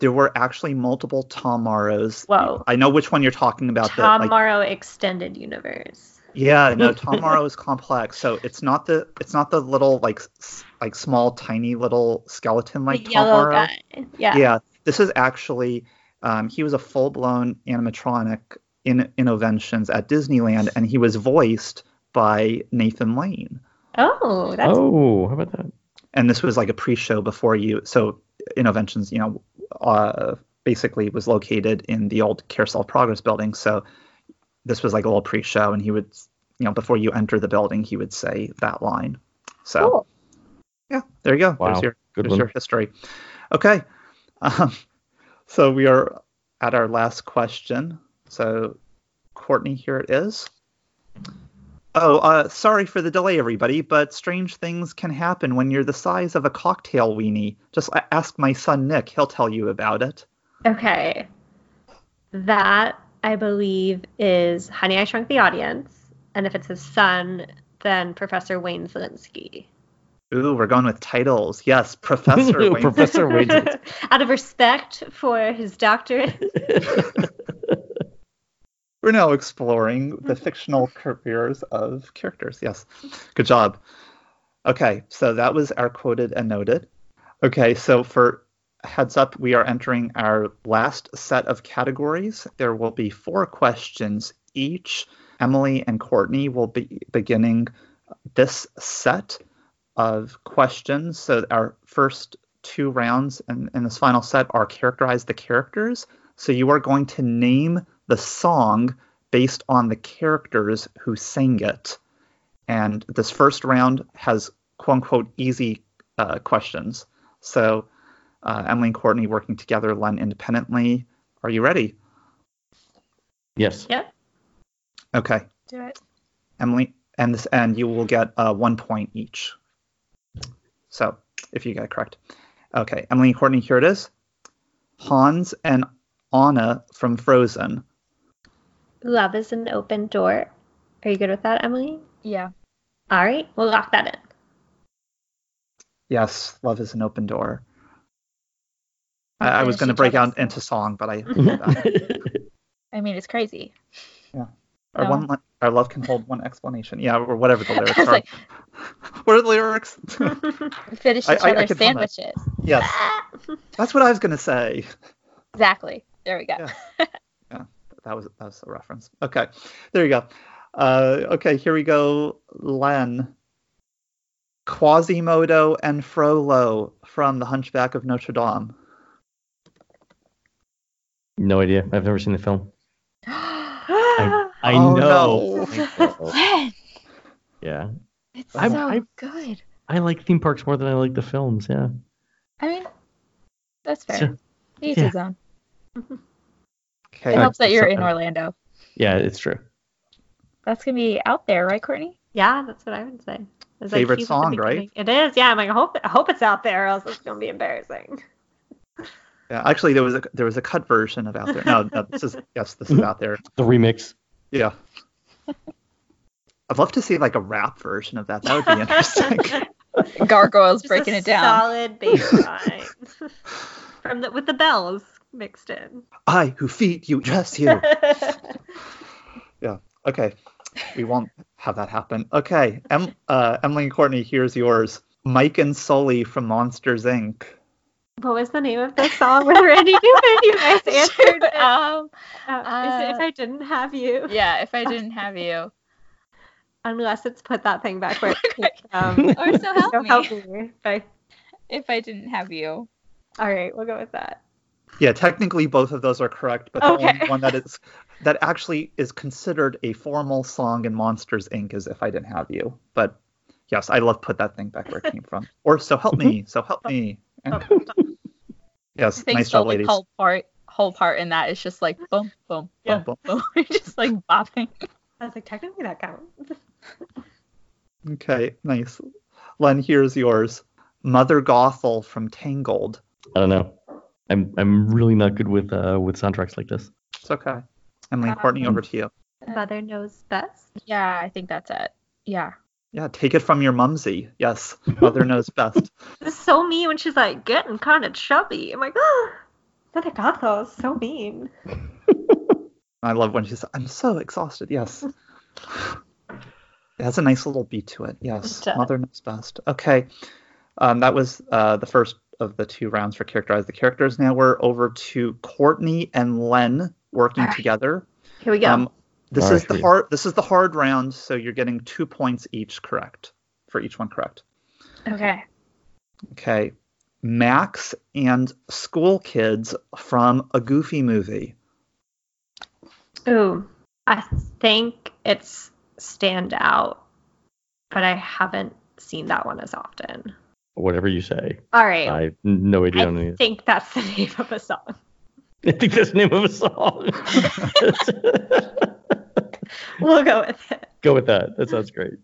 Speaker 9: there were actually multiple Tom Morrows.
Speaker 7: Whoa.
Speaker 9: I know which one you're talking about. that,
Speaker 7: Tom
Speaker 9: like-
Speaker 7: Morrow Extended Universe.
Speaker 9: Yeah, no, Tom Morrow is complex. So it's not the it's not the little like s- like small tiny little skeleton like
Speaker 7: the
Speaker 9: Tom
Speaker 7: yellow
Speaker 9: Morrow.
Speaker 7: guy. Yeah.
Speaker 9: This is actually um, he was a full blown animatronic in Innoventions at Disneyland, and he was voiced by Nathan Lane.
Speaker 7: Oh, that's
Speaker 10: Oh, how about that?
Speaker 9: And this was like a pre show before you. So Innoventions, you know, uh, basically was located in the old Carousel Progress building. So this was like a little pre show, and he would, you know, before you enter the building, he would say that line. So
Speaker 7: cool.
Speaker 9: yeah, there you go.
Speaker 10: Wow.
Speaker 9: There's your
Speaker 10: Good
Speaker 9: there's
Speaker 10: one.
Speaker 9: your history. Okay, um, so we are at our last question. So Courtney, here it is. Oh, uh, sorry for the delay, everybody, but strange things can happen when you're the size of a cocktail weenie. Just a- ask my son Nick; he'll tell you about it.
Speaker 7: Okay. That I believe is Honey I Shrunk the Audience, and if it's his son, then Professor Wayne Zelinsky.
Speaker 9: Ooh, we're going with titles. Yes, Professor. Wayne.
Speaker 10: Professor Wayne.
Speaker 7: Out of respect for his doctorate.
Speaker 9: We're now exploring the fictional careers of characters. Yes. Good job. Okay, so that was our quoted and noted. Okay, so for heads up, we are entering our last set of categories. There will be four questions, each. Emily and Courtney will be beginning this set of questions. So our first two rounds in, in this final set are characterize the characters. So you are going to name the song based on the characters who sang it. And this first round has quote unquote easy uh, questions. So uh, Emily and Courtney working together, Len independently. Are you ready?
Speaker 10: Yes.
Speaker 7: Yep.
Speaker 9: Okay.
Speaker 7: Do it.
Speaker 9: Emily, and this and you will get uh, one point each. So if you get it correct. Okay, Emily and Courtney, here it is. Hans and Anna from Frozen.
Speaker 7: Love is an open door. Are you good with that, Emily?
Speaker 11: Yeah.
Speaker 7: All right, we'll lock that in.
Speaker 9: Yes, love is an open door. I, I was going to break out into song, but I.
Speaker 11: Mm-hmm. I mean, it's crazy.
Speaker 9: Yeah. Our one, li- our love can hold one explanation. Yeah, or whatever the lyrics
Speaker 11: I was
Speaker 9: are.
Speaker 11: like-
Speaker 9: what are the lyrics?
Speaker 11: We finish
Speaker 9: I-
Speaker 11: each
Speaker 9: I- I
Speaker 11: other's
Speaker 9: can feel that.
Speaker 11: sandwiches.
Speaker 9: yes, that's what I was going to say.
Speaker 11: Exactly. There we go.
Speaker 9: That was that was a reference. Okay, there you go. Uh, okay, here we go. Len, Quasimodo and Frollo from The Hunchback of Notre Dame.
Speaker 10: No idea. I've never seen the film. I, I
Speaker 9: Oh,
Speaker 10: know.
Speaker 9: no.
Speaker 11: Len,
Speaker 10: Yeah.
Speaker 11: it's
Speaker 10: I'm-
Speaker 11: so
Speaker 10: I'm-
Speaker 11: good.
Speaker 10: I like theme parks more than I like the films. Yeah.
Speaker 11: I mean, that's fair.
Speaker 10: So-
Speaker 11: He eats
Speaker 10: yeah.
Speaker 11: his own.
Speaker 9: Okay.
Speaker 11: It helps that you're in
Speaker 10: so-
Speaker 11: Orlando.
Speaker 10: Yeah, it's true.
Speaker 11: That's gonna be out there, right, Courtney?
Speaker 7: Yeah, that's what I would say. It's like
Speaker 9: Favorite
Speaker 7: he's at the
Speaker 9: song,
Speaker 7: beginning. It is. Yeah, I'm like, I hope, I hope it's out there, or else it's gonna be embarrassing.
Speaker 9: Yeah, actually, there was a there was a cut version of out there. No, no, this is yes, this is out there.
Speaker 10: The remix.
Speaker 9: Yeah. I'd love to see like a rap version of that. That would be interesting.
Speaker 11: Gargoyles
Speaker 7: Just
Speaker 11: breaking
Speaker 7: a
Speaker 11: it down.
Speaker 7: Solid bass line from the with the bells mixed in.
Speaker 9: I who feed you, dress you. Yeah. Okay. We won't have that happen. Okay. Em- uh, Emily and Courtney, here's yours. Mike and Sully from Monsters Inc.
Speaker 7: what was the name of the song with Randy Newman? You guys answered.
Speaker 11: Shoot,
Speaker 7: it.
Speaker 11: um,
Speaker 7: Uh, is it if
Speaker 11: uh,
Speaker 7: I didn't have you,
Speaker 11: yeah, if I didn't have you,
Speaker 7: unless it's put that thing back where it came from.
Speaker 11: or so help
Speaker 7: So
Speaker 11: me,
Speaker 7: help me. Bye.
Speaker 11: if I didn't have you.
Speaker 7: All right, we'll go with that.
Speaker 9: Yeah, technically both of those are correct, but the
Speaker 11: Okay.
Speaker 9: only one that is that actually is considered a formal song in Monsters Inc. is "If I Didn't Have You." But yes, I love put that thing back where it came from. Or "So Help Me," "So Help Me." And-
Speaker 11: I
Speaker 9: yes,
Speaker 11: think
Speaker 9: nice
Speaker 11: so,
Speaker 9: job,
Speaker 11: the
Speaker 9: ladies.
Speaker 11: whole part, whole part in that is just like boom, boom,
Speaker 9: Bum,
Speaker 11: boom,
Speaker 9: bum.
Speaker 11: boom. just like bopping.
Speaker 7: I was like, technically that counts.
Speaker 9: Okay, nice. Len, here's yours. Mother Gothel from Tangled.
Speaker 10: I don't know. I'm I'm really not good with uh with soundtracks like this.
Speaker 9: It's okay. Emily and Courtney, over to you.
Speaker 7: Uh, Mother knows best.
Speaker 11: Yeah, I think that's it. Yeah.
Speaker 9: Yeah, take it from your mumsy. Yes, mother knows best.
Speaker 7: This is so mean when she's like getting kind of chubby. I'm like, oh, Mother Gothel is so mean.
Speaker 9: I love when she's. I'm so exhausted. Yes. It has a nice little beat to it. Yes,
Speaker 7: It does.
Speaker 9: mother knows best. Okay, um, that was uh, the first of the two rounds for characterize the characters. Now we're over to Courtney and Len working together.
Speaker 7: Here we go.
Speaker 9: Um, this
Speaker 10: All right,
Speaker 9: is the
Speaker 10: here we go.
Speaker 9: hard. This is the hard round, so you're getting two points each correct for each one correct.
Speaker 11: Okay.
Speaker 9: Okay, Max and school kids from a Goofy movie.
Speaker 7: Ooh, I think it's stand out, but I haven't seen that one as often.
Speaker 10: Whatever you say.
Speaker 7: All right.
Speaker 10: I have no idea. on
Speaker 7: I
Speaker 10: it.
Speaker 7: think that's the name of a song.
Speaker 10: I think that's the name of a song.
Speaker 7: We'll go with it.
Speaker 10: Go with that. That sounds great.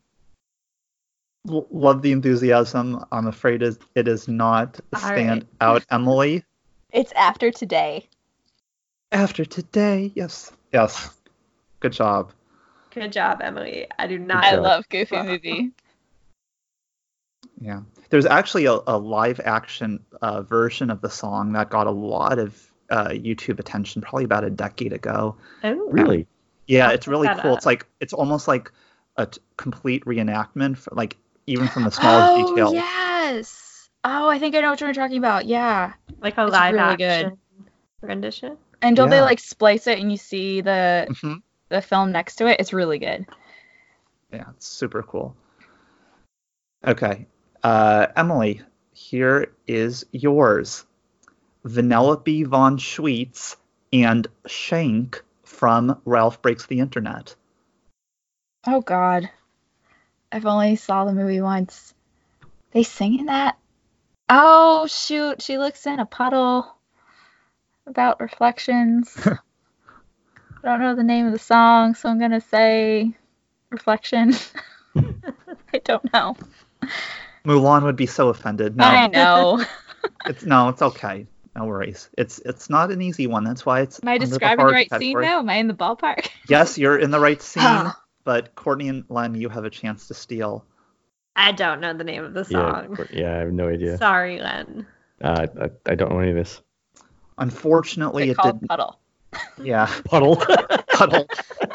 Speaker 9: L- love the enthusiasm. I'm afraid is it is not
Speaker 7: All
Speaker 9: stand
Speaker 7: right.
Speaker 9: out, Emily.
Speaker 11: It's after today.
Speaker 9: After today, yes, yes, good job.
Speaker 7: Good job, Emily. I do
Speaker 10: Good
Speaker 11: I
Speaker 10: Yeah.
Speaker 7: not.
Speaker 10: job.
Speaker 11: love Goofy
Speaker 7: Wow.
Speaker 11: movie.
Speaker 9: Yeah, there's actually a, a live action uh, version of the song that got a lot of uh, YouTube attention probably about a decade ago.
Speaker 7: Ooh.
Speaker 10: Really?
Speaker 9: Yeah,
Speaker 7: I'll
Speaker 9: it's
Speaker 7: check
Speaker 9: really
Speaker 7: that
Speaker 9: cool.
Speaker 7: out.
Speaker 9: It's like it's almost like a t- complete reenactment, for, like even from the smallest
Speaker 11: oh
Speaker 9: details.
Speaker 11: yes. Oh, I think I know what you're talking about. Yeah.
Speaker 7: Like a
Speaker 11: It's
Speaker 7: live
Speaker 11: really
Speaker 7: action rendition.
Speaker 11: And don't they
Speaker 9: Yeah.
Speaker 11: like splice it and you see the
Speaker 9: Mhm.
Speaker 11: the film next to it. It's really good.
Speaker 9: Yeah, it's super cool. Okay. Uh, Emily, here is yours Vanellope von Schweetz and Shank from Ralph Breaks the Internet.
Speaker 11: Oh God, I've only saw the movie once. They sing in that. Oh shoot, she looks in a puddle. About reflections. I don't know the name of the song, so I'm gonna say reflection. I don't know.
Speaker 9: Mulan would be so offended. No,
Speaker 11: I know.
Speaker 9: it's no, it's okay. No worries. It's it's not an easy one. That's why it's.
Speaker 11: Am I
Speaker 9: under the
Speaker 11: describing the
Speaker 9: hard
Speaker 11: right scene
Speaker 9: category.
Speaker 11: though? Am I in the ballpark?
Speaker 9: Yes, you're in the right scene, but Courtney and Len, you have a chance to steal.
Speaker 7: I don't know the name of the
Speaker 10: Yeah,
Speaker 7: song.
Speaker 10: yeah, I have no idea.
Speaker 7: Sorry, Len.
Speaker 10: Uh, I, I don't know any of this.
Speaker 9: Unfortunately, it
Speaker 11: Called
Speaker 9: didn't.
Speaker 11: puddle.
Speaker 9: Yeah,
Speaker 10: Puddle.
Speaker 9: puddle.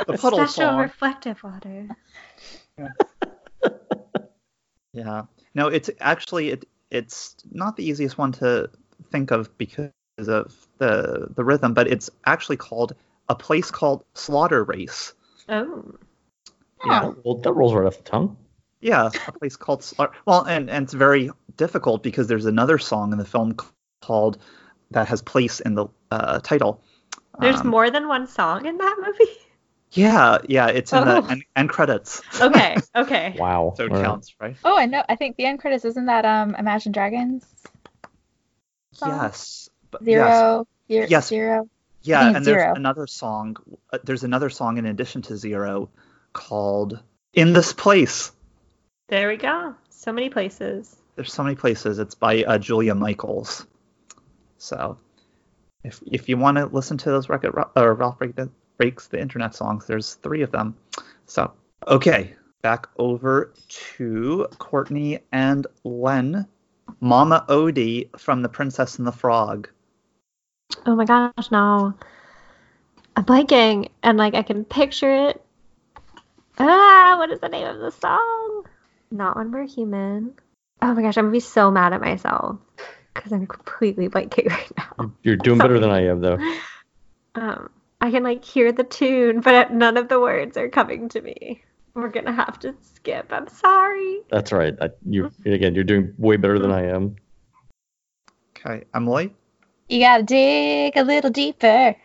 Speaker 9: The puddle
Speaker 7: Special
Speaker 9: song.
Speaker 7: reflective water.
Speaker 9: Yeah. No, it's actually it it's not the easiest one to think of because of the the rhythm, but it's actually called a place called Slaughter Race.
Speaker 7: Oh.
Speaker 9: Yeah.
Speaker 10: Well, that rolls right off the tongue.
Speaker 9: Yeah, a place called Slaughter. Well, and and it's very difficult because there's another song in the film called that has place in the uh, title.
Speaker 7: There's
Speaker 9: Um,
Speaker 7: more than one song in that movie?
Speaker 9: Yeah, yeah, it's in
Speaker 7: Oh.
Speaker 9: the end, end credits,
Speaker 7: Okay, okay.
Speaker 10: Wow.
Speaker 9: so it
Speaker 10: All right.
Speaker 9: counts, right?
Speaker 11: Oh, I know. I think the end credits isn't that um Imagine Dragons Song.
Speaker 9: Yes. But, yes.
Speaker 11: zero year
Speaker 9: Yes.
Speaker 11: zero.
Speaker 9: Yeah,
Speaker 11: think
Speaker 9: and
Speaker 11: Zero.
Speaker 9: there's another song. uh, There's another song in addition to Zero called "In This Place."
Speaker 7: There we go. So many places.
Speaker 9: There's so many places. It's by uh, Julia Michaels. So, if if you want to listen to those record or Ralph Break the, breaks the internet songs, there's three of them. So, okay, back over to Courtney and Len. Mama Odie from The Princess and the Frog.
Speaker 7: Oh my gosh, no. I'm blanking and like I can picture it. Ah, what is the name of the song? Not when we're human. Oh my gosh, I'm gonna be so mad at myself because I'm completely blanking right now.
Speaker 10: You're doing better than I am, though.
Speaker 7: Um, I can like hear the tune, but none of the words are coming to me. We're gonna have to skip. I'm sorry.
Speaker 10: That's all right. I, you again. You're doing way better than I am.
Speaker 9: Okay, Emily.
Speaker 11: You gotta dig a little deeper.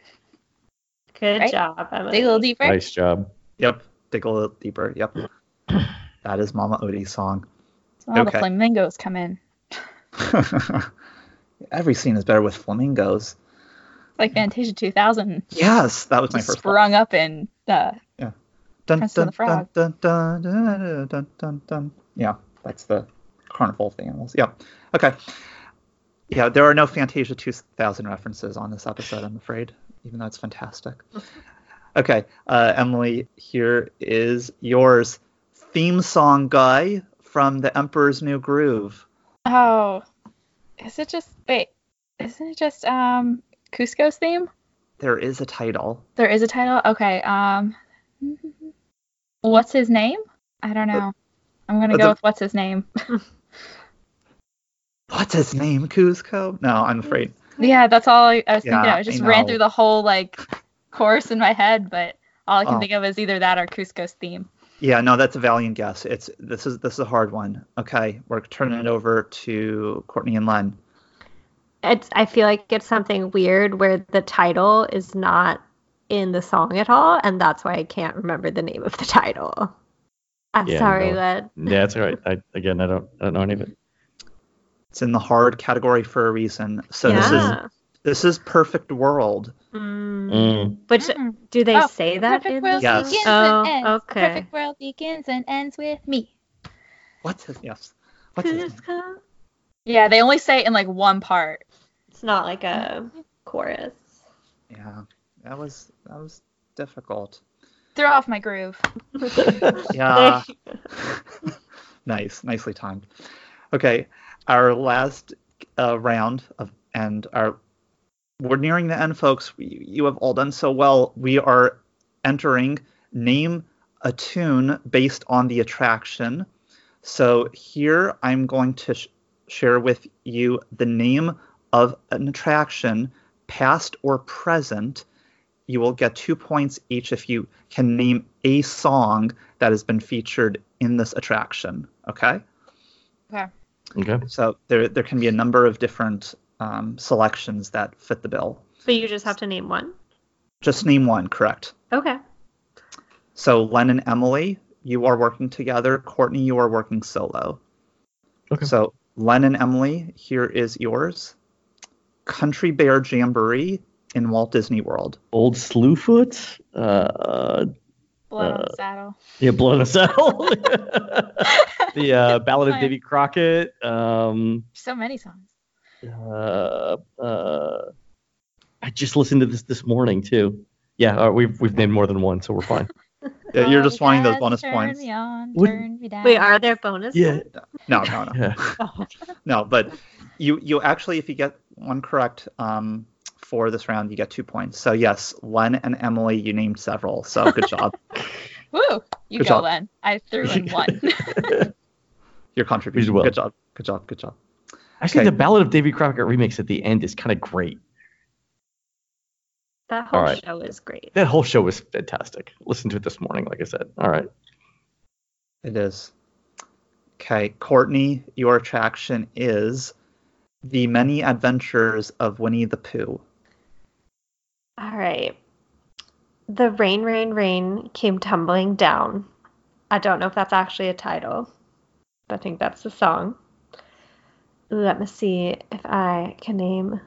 Speaker 7: Good
Speaker 11: Right?
Speaker 7: job, Emily.
Speaker 11: Dig a little deeper.
Speaker 10: Nice job.
Speaker 9: Yep. Dig a little deeper. Yep. that is Mama Odie's song.
Speaker 11: That's when all
Speaker 9: Okay.
Speaker 11: the flamingos come in.
Speaker 9: Every scene is better with flamingos.
Speaker 11: It's like Fantasia 2000.
Speaker 9: Yes, that was Hmm. my
Speaker 11: Just
Speaker 9: first.
Speaker 11: sprung up in uh,
Speaker 9: Dun,
Speaker 11: Princess and the Frog.
Speaker 9: Dun, dun, dun, dun, dun, dun, dun. Yeah, that's the carnival of the animals. Yep. Okay. Yeah, there are no Fantasia 2000 references on this episode, I'm afraid, even though it's fantastic. Okay, uh, Emily, here is yours. Theme song guy from The Emperor's New Groove.
Speaker 11: oh, is it just wait? Isn't it just um Cusco's theme?
Speaker 9: There is a title.
Speaker 11: There is a title. Okay. Um, what's his name? I don't know. I'm gonna
Speaker 9: but
Speaker 11: go
Speaker 9: the-
Speaker 11: with what's his name.
Speaker 9: What's his name? Kuzco? No, I'm afraid.
Speaker 11: yeah, that's all I, I was thinking.
Speaker 9: Yeah,
Speaker 11: Of. I just
Speaker 9: I
Speaker 11: ran
Speaker 9: know.
Speaker 11: through the whole like course in my head, but all I can
Speaker 9: Oh.
Speaker 11: think of is either that or Cusco's theme.
Speaker 9: Yeah, no, that's a valiant guess. It's this is this is a hard one. Okay, we're turning it over to Courtney and Len.
Speaker 7: It's I feel like it's something weird where the title is not in the song at all, and that's why I can't remember the name of the title. I'm
Speaker 10: Yeah,
Speaker 7: sorry,
Speaker 10: no.
Speaker 7: Led.
Speaker 10: Yeah, that's all right. I, again, I don't. I don't know any of it.
Speaker 9: It's in the hard category for a reason. So this is
Speaker 7: yeah.
Speaker 9: this is perfect world.
Speaker 7: Mm.
Speaker 10: Mm.
Speaker 7: Which
Speaker 11: Mm.
Speaker 7: do they
Speaker 11: Oh,
Speaker 7: say that
Speaker 11: perfect
Speaker 7: in
Speaker 11: world
Speaker 7: the
Speaker 9: Yes.
Speaker 11: begins and ends.
Speaker 7: Oh,
Speaker 11: The
Speaker 7: okay.
Speaker 11: perfect world begins and ends with me.
Speaker 9: What's his yes? What's his name?
Speaker 11: Yeah, they only say it in like one part.
Speaker 7: It's not like a chorus.
Speaker 9: Yeah, that was that was difficult.
Speaker 11: They're off my groove.
Speaker 9: Yeah. nice, nicely timed. Okay, our last uh, round of and our we're nearing the end, folks. We, you have all done so well. We are entering name a tune based on the attraction. So here I'm going to sh- share with you the name of an attraction, past or present, you will get two points each if you can name a song that has been featured in this attraction. Okay.
Speaker 11: Okay.
Speaker 10: Mm, Okay.
Speaker 9: So there there can be a number of different um, selections that fit the bill.
Speaker 7: But you just have to name one.
Speaker 9: Just name one, correct?
Speaker 7: Okay.
Speaker 9: So Len and Emily, you are working together. Courtney, you are working solo.
Speaker 10: Okay.
Speaker 9: So Len and Emily, here is yours. Country Bear Jamboree in Walt Disney World.
Speaker 10: Old Slewfoot. Uh, uh,
Speaker 11: Blood on
Speaker 9: Uh,
Speaker 11: the saddle.
Speaker 10: yeah, blown us out. the uh, Ballad of Davy Crockett. Um,
Speaker 11: So many songs.
Speaker 10: uh, uh, I just listened to this this morning too. Yeah, uh, we've we've named more than one, so we're fine.
Speaker 9: Yeah, You're just wanting those
Speaker 11: Oh, Yes,
Speaker 9: bonus
Speaker 11: turn
Speaker 9: points.
Speaker 11: Me on,
Speaker 10: Would-
Speaker 11: turn me down.
Speaker 7: Wait, are there bonus?
Speaker 10: Yeah.
Speaker 7: ones?
Speaker 9: No, no, no.
Speaker 7: Oh.
Speaker 9: no but you you actually if you get one correct um for this round you get two points so yes len and emily you named several so good job
Speaker 11: Woo! You
Speaker 9: Good
Speaker 11: go,
Speaker 9: job.
Speaker 11: Len. I threw in one.
Speaker 9: your contribution
Speaker 10: well.
Speaker 9: good job good job good job
Speaker 10: Actually,
Speaker 9: Okay.
Speaker 10: the Ballad of Davy Crockett remix at the end is kind of great.
Speaker 7: That whole
Speaker 10: All right.
Speaker 7: show is great.
Speaker 10: That whole show was fantastic. Listen to it this morning, like I said. All right.
Speaker 9: it is okay courtney your attraction is the many adventures of winnie the pooh
Speaker 7: All right. The rain, rain, rain came tumbling down. I don't know if that's actually a title, but I think that's the song. Let me see if I can name.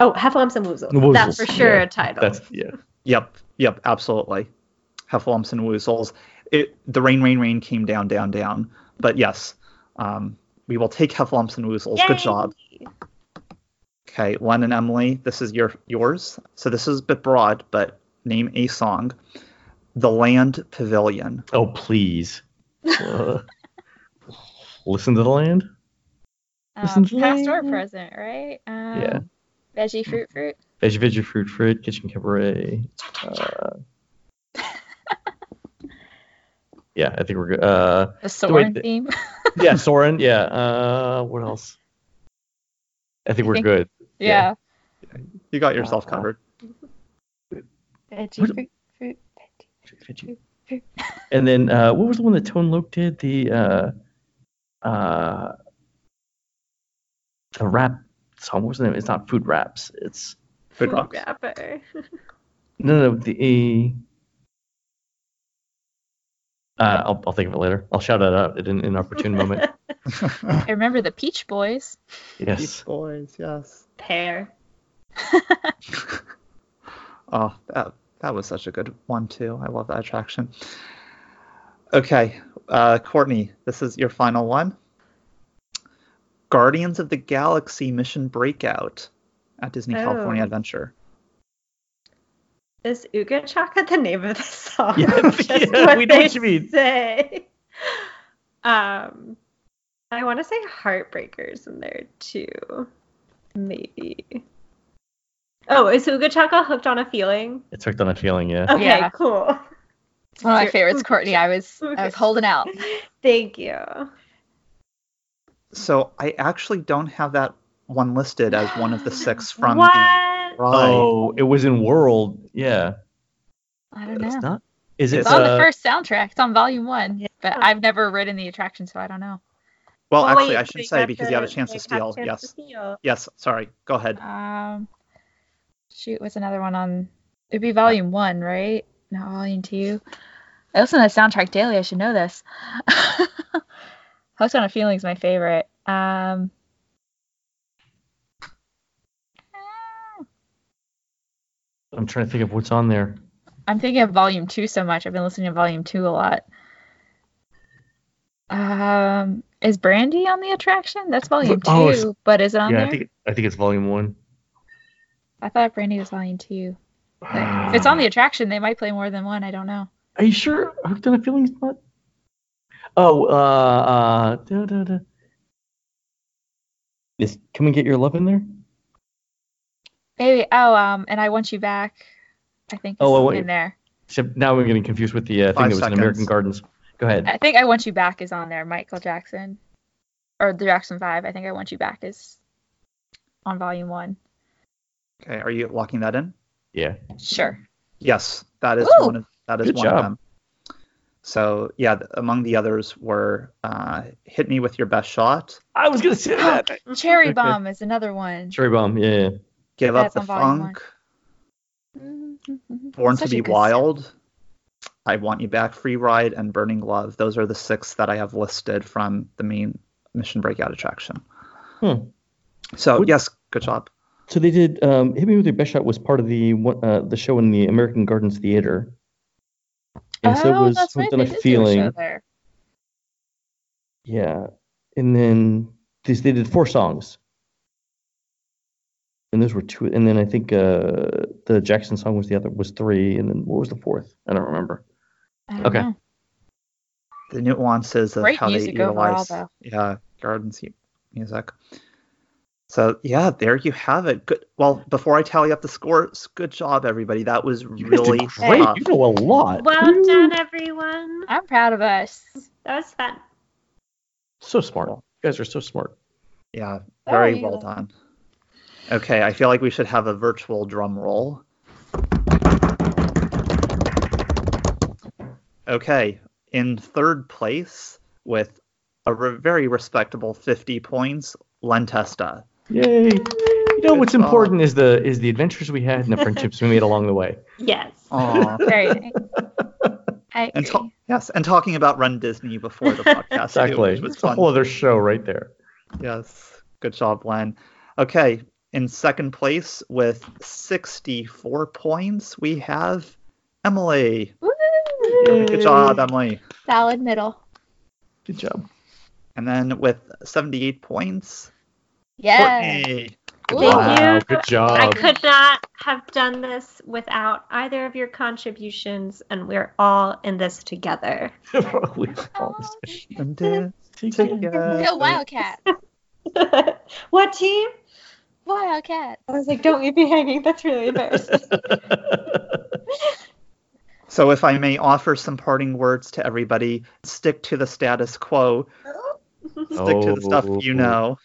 Speaker 7: Oh, Heffalumps and Woozles. That's for
Speaker 10: Woozles,
Speaker 7: sure
Speaker 10: yeah.
Speaker 7: a title.
Speaker 10: That's yeah.
Speaker 9: yep yep absolutely heffalumps and woozles it the rain rain rain came down down down but yes um we will take heffalumps and woozles good
Speaker 7: Yay!
Speaker 9: job Okay, Len and Emily, this is your yours. So this is a bit broad, but name a song. The Land Pavilion.
Speaker 10: Oh please. Uh, listen to the land.
Speaker 11: um, past or present, right? Um,
Speaker 10: Yeah.
Speaker 11: Veggie fruit fruit.
Speaker 10: Veggie Veggie Fruit Fruit Kitchen Cabaret. Uh, yeah, I think we're good. Uh,
Speaker 11: The Soren
Speaker 10: th-
Speaker 11: theme.
Speaker 10: yeah, Soren. Yeah. Uh, what else? I think we're
Speaker 11: think-
Speaker 10: good.
Speaker 11: yeah.
Speaker 9: You got yourself covered.
Speaker 11: Veggie
Speaker 10: What-
Speaker 11: fruit fruit.
Speaker 10: Veggie. And then uh, what was the one that Tone Loc did? The uh, uh, the rap song. What was the name? It's not Food Raps. It's
Speaker 9: Food Rocks.
Speaker 7: Rapper.
Speaker 10: no, no. The uh, I'll, I'll think of it later. I'll shout it out at an inopportune moment.
Speaker 11: I remember the Peach Boys.
Speaker 10: Yes.
Speaker 9: Boys, yes.
Speaker 7: Pear.
Speaker 9: Oh, that, that was such a good one, too. I love that attraction. Okay, uh, Courtney, this is your final one. Guardians of the Galaxy Mission Breakout at Disney California
Speaker 7: Oh.
Speaker 9: Adventure.
Speaker 7: Is Uga Chaka the name of the song?
Speaker 10: Yeah,
Speaker 7: That's just
Speaker 10: yeah, we know
Speaker 7: they
Speaker 10: what you mean.
Speaker 7: Say. Um, I want to say Heartbreakers in there too, maybe. Oh, is Uga Chaka hooked on a feeling?
Speaker 10: It's hooked on a feeling, yeah.
Speaker 7: Okay,
Speaker 11: Yeah.
Speaker 7: cool.
Speaker 11: It's one of my
Speaker 7: Your-
Speaker 11: favorites, Courtney. I was I was holding out.
Speaker 7: Thank you.
Speaker 9: So I actually don't have that one listed as one of the six from
Speaker 7: what?
Speaker 9: the Right.
Speaker 10: Oh, it was in World. Yeah.
Speaker 11: I don't
Speaker 10: It's
Speaker 11: know.
Speaker 10: not. Is it?
Speaker 11: It's on the
Speaker 10: uh,
Speaker 11: first soundtrack. It's on volume one, but I've never ridden the attraction, so I don't know.
Speaker 9: Well,
Speaker 7: Oh,
Speaker 9: actually,
Speaker 7: wait,
Speaker 9: I
Speaker 7: they
Speaker 9: should say
Speaker 7: got
Speaker 9: because you have a
Speaker 7: the-
Speaker 9: chance to
Speaker 7: they got
Speaker 9: steal.
Speaker 7: a chance to
Speaker 9: Yes.
Speaker 7: steal.
Speaker 9: Yes. Sorry. Go ahead.
Speaker 11: Um, shoot, what's another one on? It'd be volume one, right? Not volume two. I listen to the soundtrack daily. I should know this. Hooked on a Feeling's my favorite. Um,
Speaker 10: I'm trying to think of what's on there.
Speaker 11: I'm thinking of volume two so much. I've been listening to volume two a lot. Um, is Brandy on the attraction? That's volume two,
Speaker 10: Oh, it's-
Speaker 11: but is it on
Speaker 10: yeah,
Speaker 11: there?
Speaker 10: I think I think it's Volume One.
Speaker 11: I thought Brandy was volume two.
Speaker 9: Ah.
Speaker 11: But if it's on the attraction, they might play more than one. I don't know.
Speaker 10: Are you sure? Hooked on a feeling's not. Oh, uh, uh, da, da, da. Is come and get your love in there?
Speaker 11: Maybe. Oh, um, and I want you back. I think.
Speaker 10: Oh,
Speaker 11: is
Speaker 10: I Want
Speaker 11: in
Speaker 10: You-
Speaker 11: there.
Speaker 10: Except now I'm getting confused with the uh, thing
Speaker 9: Five
Speaker 10: that was in
Speaker 9: seconds.
Speaker 10: American Gardens. Go ahead.
Speaker 11: I think I want you back is on there. Michael Jackson, or the Jackson Five. I think I want you back is on volume one.
Speaker 9: Okay. Are you locking that in?
Speaker 10: Yeah.
Speaker 11: Sure.
Speaker 9: Yes, that is
Speaker 11: Ooh,
Speaker 9: one of that is
Speaker 10: good
Speaker 9: one
Speaker 10: job.
Speaker 9: of them. So yeah, th- among the others were uh, "Hit Me with Your Best Shot,"
Speaker 10: I was gonna say that.
Speaker 11: Cherry
Speaker 9: Okay.
Speaker 11: Bomb is another one.
Speaker 10: Cherry bomb. Yeah. yeah.
Speaker 9: "Give
Speaker 11: That's
Speaker 9: Up the
Speaker 11: on volume one.
Speaker 9: Funk," "Born
Speaker 11: Mm-hmm. Such
Speaker 9: to
Speaker 11: a
Speaker 9: Be
Speaker 11: good
Speaker 9: Wild," "I Want You Back," "Free Ride," and "Burning Love." Those are the six that I have listed from the main Mission Breakout attraction.
Speaker 10: Hmm.
Speaker 9: So yes, good job.
Speaker 10: So they did. Um, Hit me with your best shot was part of the one- uh, the show in the American Gardens Theater. And so it
Speaker 11: Oh,
Speaker 10: was something a feeling. Yeah. And then this, they did four songs. And those were two. And then I think uh, the Jackson song was the other, was three. And then what was the fourth? I don't remember.
Speaker 11: I
Speaker 10: Okay.
Speaker 9: The nuances of
Speaker 11: Great
Speaker 9: how they
Speaker 11: music overall,
Speaker 9: utilize
Speaker 11: though.
Speaker 9: yeah garden se- music. So yeah, there you have it. Good. Well, before I tally up the scores, good job everybody. That was
Speaker 10: You guys
Speaker 9: really
Speaker 10: did great.
Speaker 9: tough.
Speaker 10: You know a lot.
Speaker 7: Well done, everyone.
Speaker 11: I'm proud of us.
Speaker 7: That was fun.
Speaker 10: So smart. You guys are so smart.
Speaker 9: Yeah,
Speaker 11: There
Speaker 9: very
Speaker 11: you
Speaker 9: well
Speaker 11: go.
Speaker 9: done. Okay, I feel like we should have a virtual drum roll. Okay, in third place with a re- very respectable 50 points, Lentesta.
Speaker 10: Yay. You know
Speaker 9: Good
Speaker 10: what's
Speaker 9: job.
Speaker 10: important is the is the adventures we had and the friendships we made along the way.
Speaker 7: Yes.
Speaker 9: Aw.
Speaker 11: Very nice. I
Speaker 9: and
Speaker 11: agree.
Speaker 9: ta- yes, and talking about Run Disney before the podcast. too,
Speaker 10: Exactly.
Speaker 9: which was
Speaker 10: It's a
Speaker 9: fun.
Speaker 10: whole other show right there.
Speaker 9: Yes. Good job, Len. Okay. In second place with 64 points, we have Emily.
Speaker 11: Woo!
Speaker 9: Good job, Emily.
Speaker 11: Solid middle.
Speaker 10: Good job.
Speaker 9: And then with 78 points,
Speaker 11: Yeah.
Speaker 9: Courtney.
Speaker 11: Ooh.
Speaker 7: Thank you.
Speaker 10: Wow. Good job.
Speaker 7: I could not have done this without either of your contributions, and we're all in this together.
Speaker 10: Probably all this
Speaker 9: And did together.
Speaker 11: Go Wildcat.
Speaker 7: what team?
Speaker 11: Wildcat.
Speaker 7: I was like, don't leave me hanging. That's really embarrassing.
Speaker 9: So, if I may offer some parting words to everybody, stick to the status quo, stick to the stuff you
Speaker 10: Oh.
Speaker 9: know.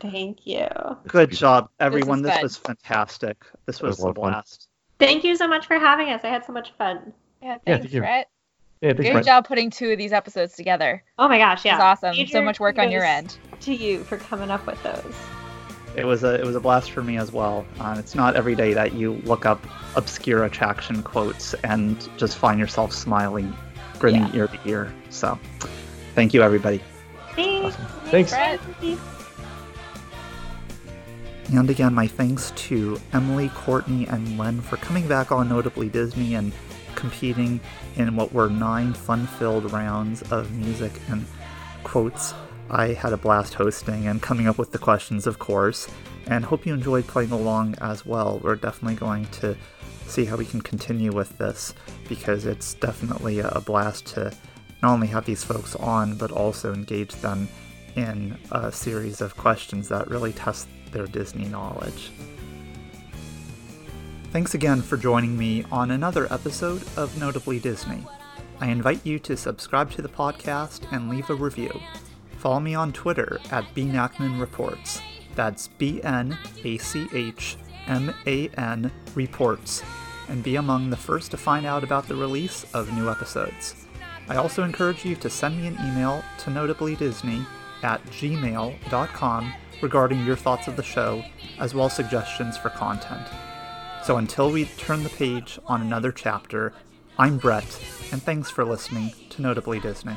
Speaker 7: Thank you.
Speaker 9: Good job, everyone.
Speaker 11: was
Speaker 9: This
Speaker 11: fun.
Speaker 9: was, fantastic. This
Speaker 10: That was
Speaker 9: was,
Speaker 10: a lot
Speaker 9: a
Speaker 10: of fun.
Speaker 9: blast.
Speaker 7: Thank you so much for having us. I had so much fun.
Speaker 11: Yeah, thanks,
Speaker 10: thank you.
Speaker 11: Brett.
Speaker 10: Yeah, thanks,
Speaker 11: Good
Speaker 10: Brett.
Speaker 11: job putting two of these episodes together.
Speaker 7: Oh my gosh, yeah.
Speaker 11: It's awesome. so
Speaker 7: Major
Speaker 11: much work on your
Speaker 7: kudos
Speaker 11: end.
Speaker 7: To you for coming up with those.
Speaker 9: It was a it was a blast for me as well. Uh, it's not every day that you look up obscure attraction quotes and just find yourself smiling, grinning ear to ear. So, thank you, everybody.
Speaker 7: Thanks.
Speaker 10: Thanks.
Speaker 11: Brett.
Speaker 9: And again, my thanks to Emily, Courtney, and Len for coming back on Notably Disney and competing in what were nine fun filled rounds of music and quotes. I had a blast hosting and coming up with the questions, of course, and hope you enjoyed playing along as well. We're definitely going to see how we can continue with this because it's definitely a a blast to not only have these folks on, but also engage them in a series of questions that really test their Disney knowledge. Thanks again for joining me on another episode of Notably Disney. I invite you to subscribe to the podcast and leave a review. Follow me on Twitter at bnackman reports. That's B N A C H M A N reports, and be among the first to find out about the release of new episodes. I also encourage you to send me an email to notablydisney at gmail.com regarding your thoughts of the show, as well as suggestions for content. So until we turn the page on another chapter, I'm Brett, and thanks for listening to Notably Disney.